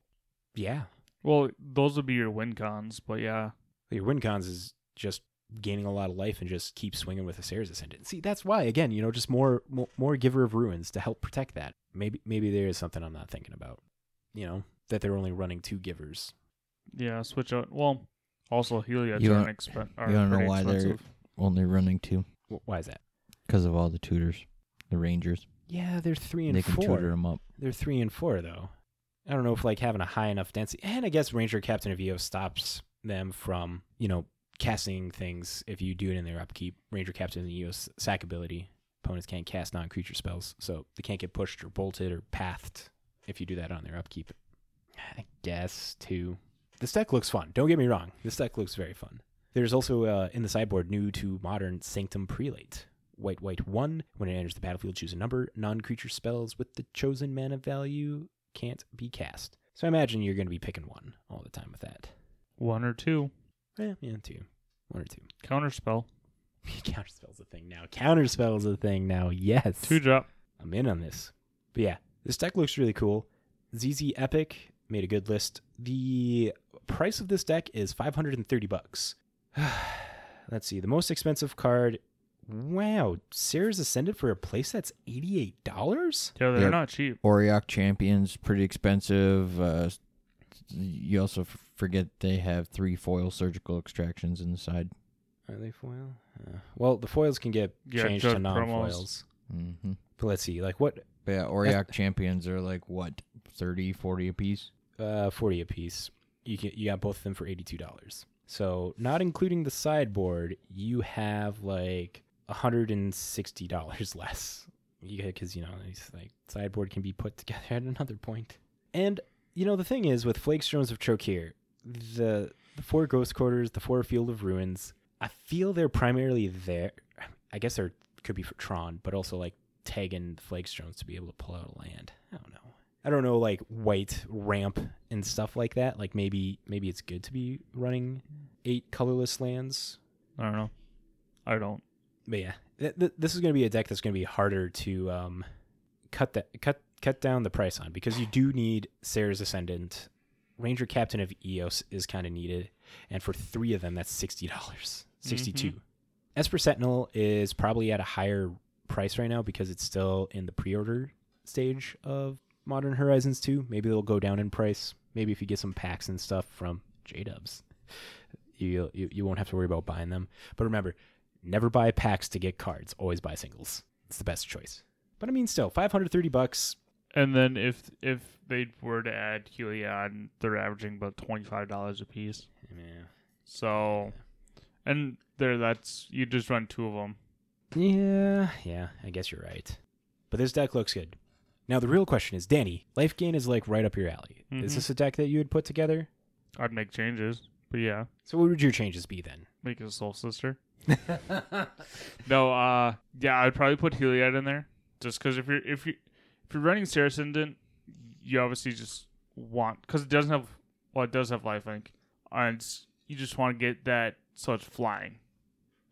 S2: Yeah,
S3: Well, those would be your win cons, but yeah,
S2: your win cons is just gaining a lot of life and just keep swinging with Asera's Ascendant. See, that's why again, you know, just more more, more Giver of Ruins to help protect that. Maybe maybe there is something I'm not thinking about. You know, that they're only running two givers.
S3: Yeah, switch out. Well, also Helios
S5: You
S3: are
S5: don't-
S3: expen- are
S5: you don't know
S3: pretty
S5: why they're-
S3: expensive.
S5: Only running two
S2: Wh- Why is that?
S5: because of all the tutors, the rangers.
S2: Yeah, they're three and
S5: They can
S2: four.
S5: tutor them up.
S2: They're three and four though. I don't know if like having a high enough density, and I guess Ranger Captain of EO stops them from you know casting things if you do it in their upkeep. Ranger Captain of E EO's sack ability. Opponents can't cast non-creature spells, so they can't get pushed or bolted or pathed if you do that on their upkeep. I guess too. This deck looks fun. Don't get me wrong. This deck looks very fun. There's also uh, in the sideboard new to modern Sanctum Prelate. White, white, one. When it enters the battlefield, choose a number. Non creature spells with the chosen mana value can't be cast. So I imagine you're going to be picking one all the time with that.
S3: one or two
S2: Eh, yeah, two. One or two.
S3: counter spell,
S2: Counterspell's a thing now. Counterspell's a thing now. Yes.
S3: two drop.
S2: I'm in on this. But yeah, this deck looks really cool. ZZ Epic made a good list. The price of this deck is 530 bucks. Let's see. The most expensive card. Wow, Sarah's Ascendant for a place that's $88?
S3: Yeah, they're
S5: They're-
S3: not cheap.
S5: Oriok champions, pretty expensive. Uh, you also f- forget they have three foil surgical extractions in the side.
S2: Are they foil? Uh, well, the foils can get
S3: Yeah,
S2: changed to
S3: just promos.
S2: non foils.
S5: Mm-hmm.
S2: But let's see. Like what?
S5: But yeah, Oriok champions are like what 30, 40 a piece.
S2: Uh, 40 a piece. You, can, you got both of them for $82. So, not including the sideboard, you have like $160 less. You because you know it's like sideboard can be put together at another point. And you know the thing is with Flake Stones of Trokir, the the four ghost quarters, the four field of ruins. I feel they're primarily there. I guess they're could be for Tron, but also like tagging the Flake Stones to be able to pull out a land. I don't know. I don't know like white ramp and stuff like that. Like maybe maybe it's good to be running eight colorless lands
S3: I don't know. I don't.
S2: but yeah, th- th- this is going to be a deck that's going to be harder to um, cut that cut cut down the price on because you do need Sarah's Ascendant, Ranger Captain of Eos is kind of needed, and for three of them that's sixty dollars, sixty Esper Sentinel is probably at a higher price right now because it's still in the pre-order stage of Modern Horizons two. Maybe it'll go down in price. Maybe if you get some packs and stuff from J Dubs, you, you you won't have to worry about buying them. But remember, Never buy packs to get cards. Always buy singles. It's the best choice. But I mean, still, 530 bucks.
S3: And then if if they were to add Helion, they're averaging about twenty five dollars a piece. So, and there, that's you just run two of them.
S2: Yeah, yeah, I guess you're right. But this deck looks good. Now, the real question is Danny, life gain is like right up your alley. Is
S3: Mhm.
S2: this a deck that you would put together?
S3: I'd make changes, but yeah,
S2: So, what would your changes be then?
S3: make it a soul sister. No, uh, yeah, I'd probably put Heliod in there just because if you're if you if you're running Saracendant, you obviously just want because it doesn't have well, it does have life link, and it's- you just want to get that so it's flying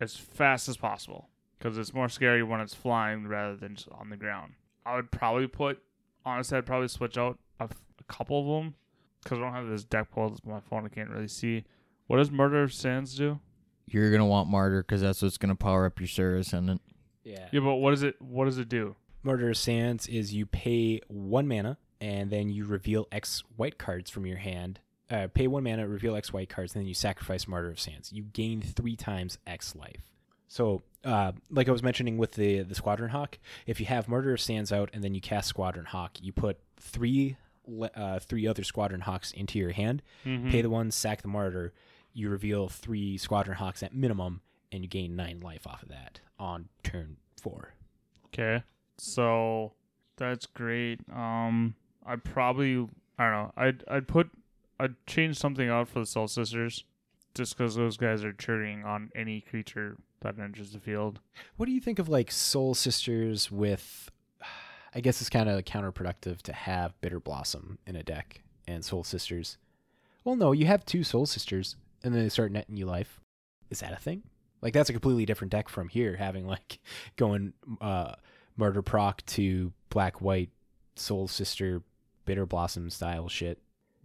S3: as fast as possible because it's more scary when it's flying rather than just on the ground. I would probably put honestly, I'd probably switch out a, f- a couple of them because I don't have this deck pulled up on my phone. I can't really see. What does Murder of Sands do?
S5: You're gonna want martyr because that's what's gonna power up your Sarah ascendant.
S2: yeah.
S3: Yeah, but what does it? What does it do?
S2: Murder of Sands is you pay one mana and then you reveal X white cards from your hand. Uh, pay one mana, reveal X white cards, and then you sacrifice Martyr of Sands. You gain three times X life. So, uh, like I was mentioning with the the Squadron Hawk, if you have Murder of Sands out and then you cast Squadron Hawk, you put three le- uh, three other Squadron Hawks into your hand.
S3: Hmm. Mm-hmm.
S2: Pay the one, sack the Martyr. You reveal three Squadron Hawks at minimum, and you gain nine life off of that on turn four.
S3: Okay. So that's great. Um I'd probably I don't know. I'd I'd put I'd change something out for the Soul Sisters just because those guys are cheering on any creature that enters the field.
S2: What do you think of like Soul Sisters with? I guess it's kind of counterproductive to have Bitter Blossom in a deck and Soul Sisters. Well, no, you have two Soul Sisters, and then they start netting you life. Is that a thing? Like that's a completely different deck from here, having like going uh, Murder Proc to Black White Soul Sister Bitter Blossom style shit.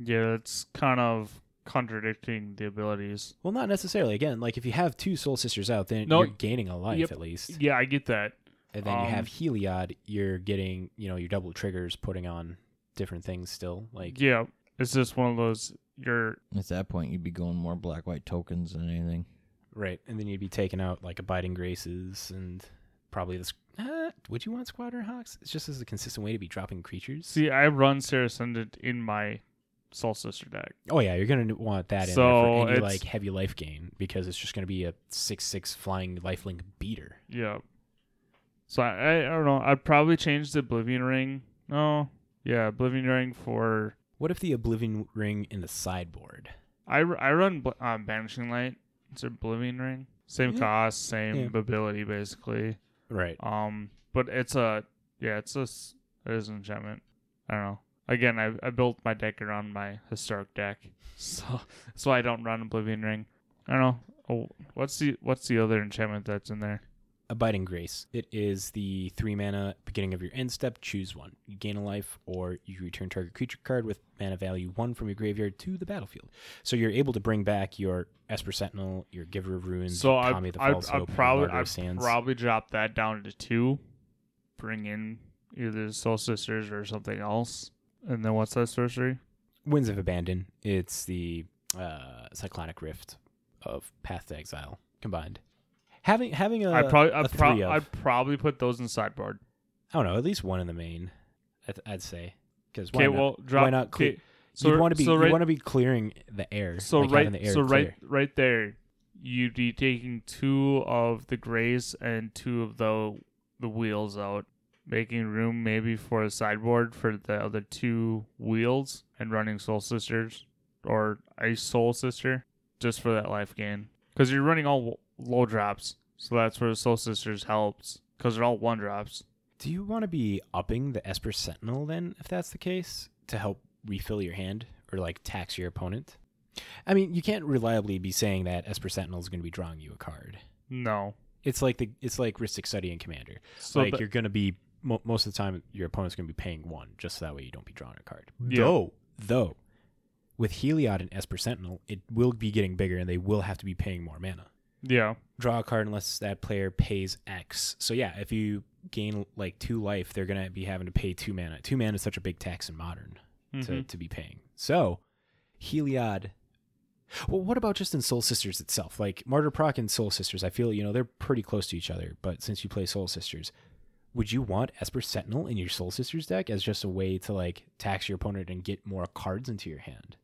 S3: Yeah, that's kind of contradicting the abilities.
S2: Well, not necessarily. Again, like if you have two Soul Sisters out, then
S3: No,
S2: you're gaining a life
S3: yep.
S2: at least.
S3: Yeah, I get that.
S2: And then
S3: Um,
S2: you have Heliod, you're getting, you know, your double triggers putting on different things still. Like
S3: Yeah, it's just one of those. You're
S5: At that point, you'd be going more black white tokens than anything.
S2: right. And then you'd be taking out like abiding graces and probably this uh, would you want Squadron Hawks? It's just as a consistent way to be dropping creatures.
S3: see, I run Sarah Ascendant in my Soul Sister deck.
S2: oh yeah, you're gonna want that in there
S3: So
S2: for any
S3: it's-
S2: like heavy life gain because it's just gonna be a six six flying lifelink beater.
S3: Yeah. So I, I don't know. I'd probably change the Oblivion Ring. No. Yeah, Oblivion Ring for
S2: What if the Oblivion Ring in the sideboard?
S3: I, r- I run Bl- uh, Banishing Light. It's a Oblivion Ring. Same
S2: Yeah.
S3: cost, same
S2: Yeah.
S3: ability basically.
S2: Right.
S3: Um, but it's a yeah, it's a s- it is an enchantment. I don't know. Again, I I built my deck around my historic deck, so that's why I don't run Oblivion Ring. I don't know. Oh, what's the what's the other enchantment that's in there?
S2: Abiding Grace. It is the three mana beginning of your end step. Choose one. You gain a life, or you return target creature card with mana value one from your graveyard to the battlefield. So you're able to bring back your Esper Sentinel, your Giver of Ruins,
S3: So I
S2: Tommy the
S3: I,
S2: False
S3: I
S2: Hope, your
S3: probably
S2: Martyr
S3: I
S2: of Sands.
S3: probably drop that down to two, bring in either the Soul Sisters or something else, and then what's that sorcery?
S2: Winds of Abandon. It's the uh, Cyclonic Rift of Path to Exile combined. Having having a
S3: I probably
S2: a
S3: I
S2: three of-
S3: pro- I probably put those in sideboard.
S2: I don't know, at least one in the main. I'd, I'd say because
S3: Okay, well drop.
S2: why not clear?
S3: 'kay, So
S2: you want to be
S3: so
S2: you
S3: right,
S2: want to be clearing the air.
S3: so
S2: like having
S3: right
S2: the air
S3: so right
S2: clear.
S3: right there, you'd be taking two of the grays and two of the the wheels out, making room maybe for a sideboard for the other two wheels and running Soul Sisters or a Soul Sister just for that life gain because you're running all w- low drops, so that's where Soul Sisters helps because they're all one drops.
S2: Do you want to be upping the Esper Sentinel then, if that's the case, to help refill your hand or like tax your opponent? I mean, you can't reliably be saying that Esper Sentinel is going to be drawing you a card.
S3: No,
S2: It's like the it's like Ristic Study and Commander.
S3: so
S2: like
S3: the-
S2: you're going to be mo- most of the time your opponent's going to be paying one, just so that way you don't be drawing a card.
S3: Yeah.
S2: Though, though, with Heliod and Esper Sentinel, it will be getting bigger, and they will have to be paying more mana
S3: yeah.
S2: draw a card unless that player pays X. So yeah, if you gain like two life, they're gonna be having to pay two mana. Two mana is such a big tax in modern to,
S3: Mhm.
S2: to be paying. So Heliod. Well, what about just in Soul Sisters itself? Like Martyr Proc and Soul Sisters, I feel you know they're pretty close to each other. But since you play Soul Sisters, would you want Esper Sentinel in your Soul Sisters deck as just a way to like tax your opponent and get more cards into your hand?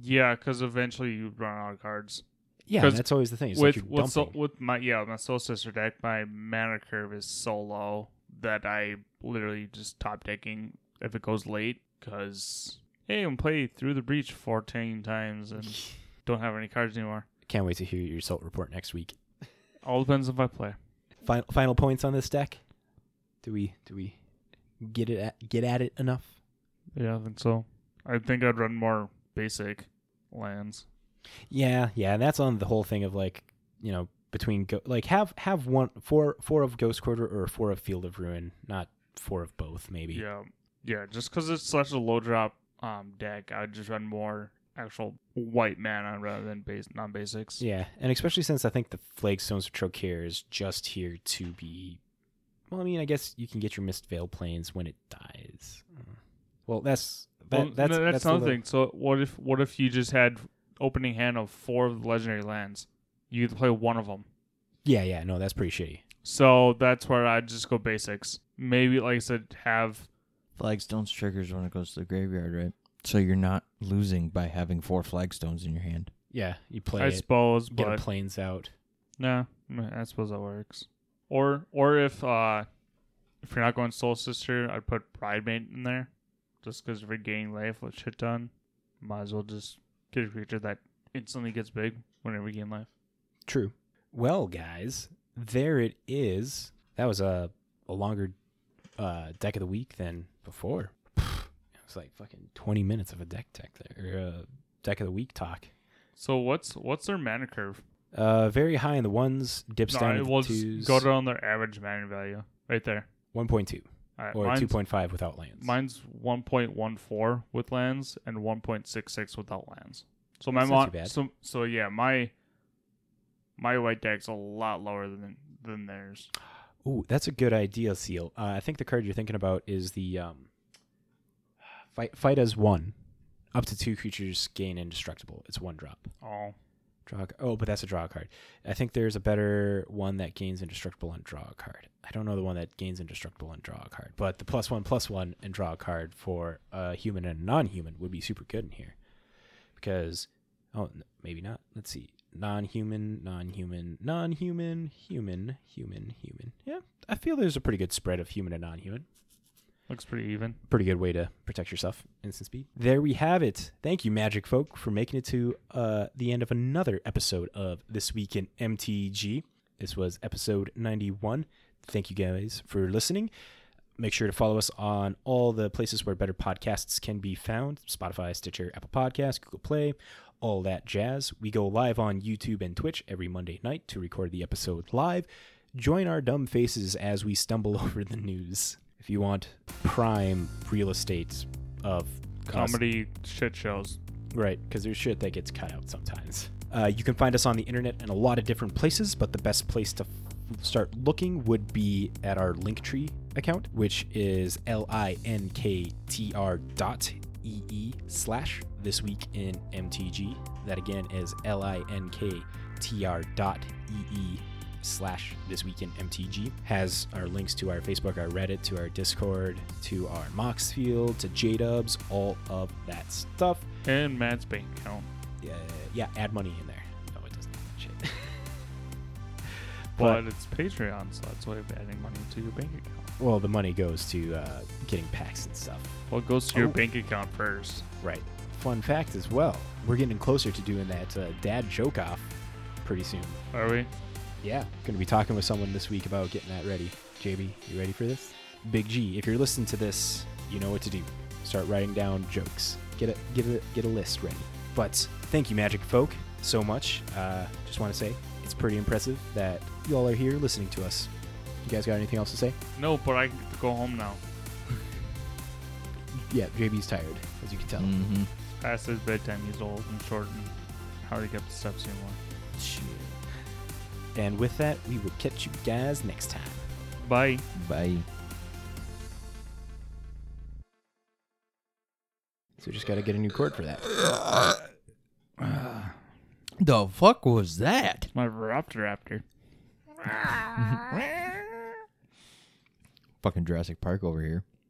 S3: Yeah, because eventually you run out of cards.
S2: Yeah,
S3: 'Cause
S2: that's always the thing. It's
S3: with
S2: like you're
S3: with, so,
S2: dumping.
S3: with my yeah my soul sister deck, my mana curve is so low that I literally just top decking if it goes late because hey, I'm play through the breach fourteen times and don't have any cards anymore.
S2: Can't wait to hear your salt report next week.
S3: All depends if I play.
S2: Final final points on this deck. Do we do we get it at, get at it enough?
S3: Yeah, I think so. I think I'd run more basic lands.
S2: Yeah, yeah, and that's on the whole thing of like you know between go- like have have one four four of Ghost Quarter or four of Field of Ruin, not four of both maybe.
S3: Yeah, yeah. Just because it's such a low drop um deck, I'd just run more actual white mana rather than base non basics.
S2: Yeah, and especially since I think the Flagstones of Trocare is just here to be. Well, I mean, I guess you can get your Mist Veil Planes when it dies. Well, that's that,
S3: Well,
S2: that's
S3: no, that's,
S2: the
S3: another
S2: li-
S3: thing. So what if what if you just had opening hand of four of the legendary lands? You get to play one of them.
S2: Yeah, yeah, no, that's pretty shitty.
S3: So that's where I just go basics. Maybe like I said, have
S5: Flagstones triggers when it goes to the graveyard, right? So you're not losing by having four flagstones in your hand.
S2: Yeah, you play
S3: I
S2: it,
S3: suppose,
S2: get
S3: but
S2: a planes out.
S3: Nah, mm, I suppose that works. Or or if uh if you're not going Soul Sister, I'd put Pride Mate in there, just because if you're gaining life with shit done, might as well just get a creature that instantly gets big whenever we gain life.
S2: True. Well, guys, there it is. That was a, a longer uh, deck of the week than before. it was like fucking 20 minutes of a deck deck there, or uh, deck of the week talk.
S3: So what's what's their mana curve?
S2: Uh, very high in the ones, dips
S3: No,
S2: down
S3: I
S2: to
S3: will
S2: the twos.
S3: just go down their average mana value right there.
S2: 1.2
S3: All right,
S2: or
S3: Uh, mine's,
S2: 2.5 without lands.
S3: Mine's 1.14 with lands and 1.66 without lands. So my
S2: That's not
S3: mon-
S2: too bad.
S3: so so yeah, my my white deck's a lot lower than than theirs.
S2: Ooh, that's a good idea, Seal. Uh, I think the card you're thinking about is the um, fight, fight as one. Up to two creatures gain indestructible. It's one drop.
S3: Oh,
S2: Draw. a c- Oh, but that's a draw card. I think there's a better one that gains indestructible and draw a card. I don't know the one that gains indestructible and draw a card, but the plus one plus one and draw a card for a human and a non-human would be super good in here, because oh n- maybe not. Let's see. Non-human, non-human, non-human, human, human, human. Yeah, I feel there's a pretty good spread of human and non-human
S3: looks pretty even.
S2: pretty good way to protect yourself. Instant speed. There we have it. Thank you, Magic Folk, for making it to uh, the end of another episode of This Week in MTG. This was episode 91. Thank you guys for listening. Make sure to follow us on all the places where better podcasts can be found Spotify, Stitcher, Apple Podcasts, Google Play, all that jazz. We go live on YouTube and Twitch every Monday night to record the episode live. Join our dumb faces as we stumble over the news. If you want prime real estate of cos-
S3: Comedy shit shows.
S2: Right, because there's shit that gets cut out sometimes. Uh, you can find us on the internet in a lot of different places, but the best place to f- start looking would be at our Linktree account, which is l-i-n-k-t-r dot e-e slash this week in MTG. That again is l-i-n-k-t-r dot e-e slash this week in MTG has our links to our Facebook, our Reddit, to our Discord, to our Mox field, to J Dubs, all of that stuff.
S3: And Matt's bank account.
S2: Yeah, yeah, add money in there. No, it doesn't. Shit.
S3: But,
S2: But-
S3: it's Patreon, so that's a way of adding money to your bank account.
S2: well, the money goes to uh, getting packs and stuff.
S3: Well, it goes to your
S2: Oh.
S3: bank account first.
S2: Right. Fun fact as well, we're getting closer to doing that uh, dad joke off pretty soon.
S3: Are we?
S2: Yeah, going to be talking with someone this week about getting that ready. JB, you ready for this? Big G, if you're listening to this, you know what to do. Start writing down jokes. Get a give a get a list ready. But thank you, Magic Folk, so much. Uh, just want to say it's pretty impressive that y'all are here listening to us. You guys got anything else to say?
S3: No, but I can go home now.
S2: Yeah, JB's tired, as you can tell.
S5: Mm-hmm.
S3: Past his bedtime, he's old and short and hardly get up the steps anymore.
S2: And with that, we will catch you guys next time.
S3: Bye.
S5: Bye.
S2: So just got to get a new chord for that.
S5: The fuck was that?
S3: My Raptor
S5: Fucking Jurassic Park over here.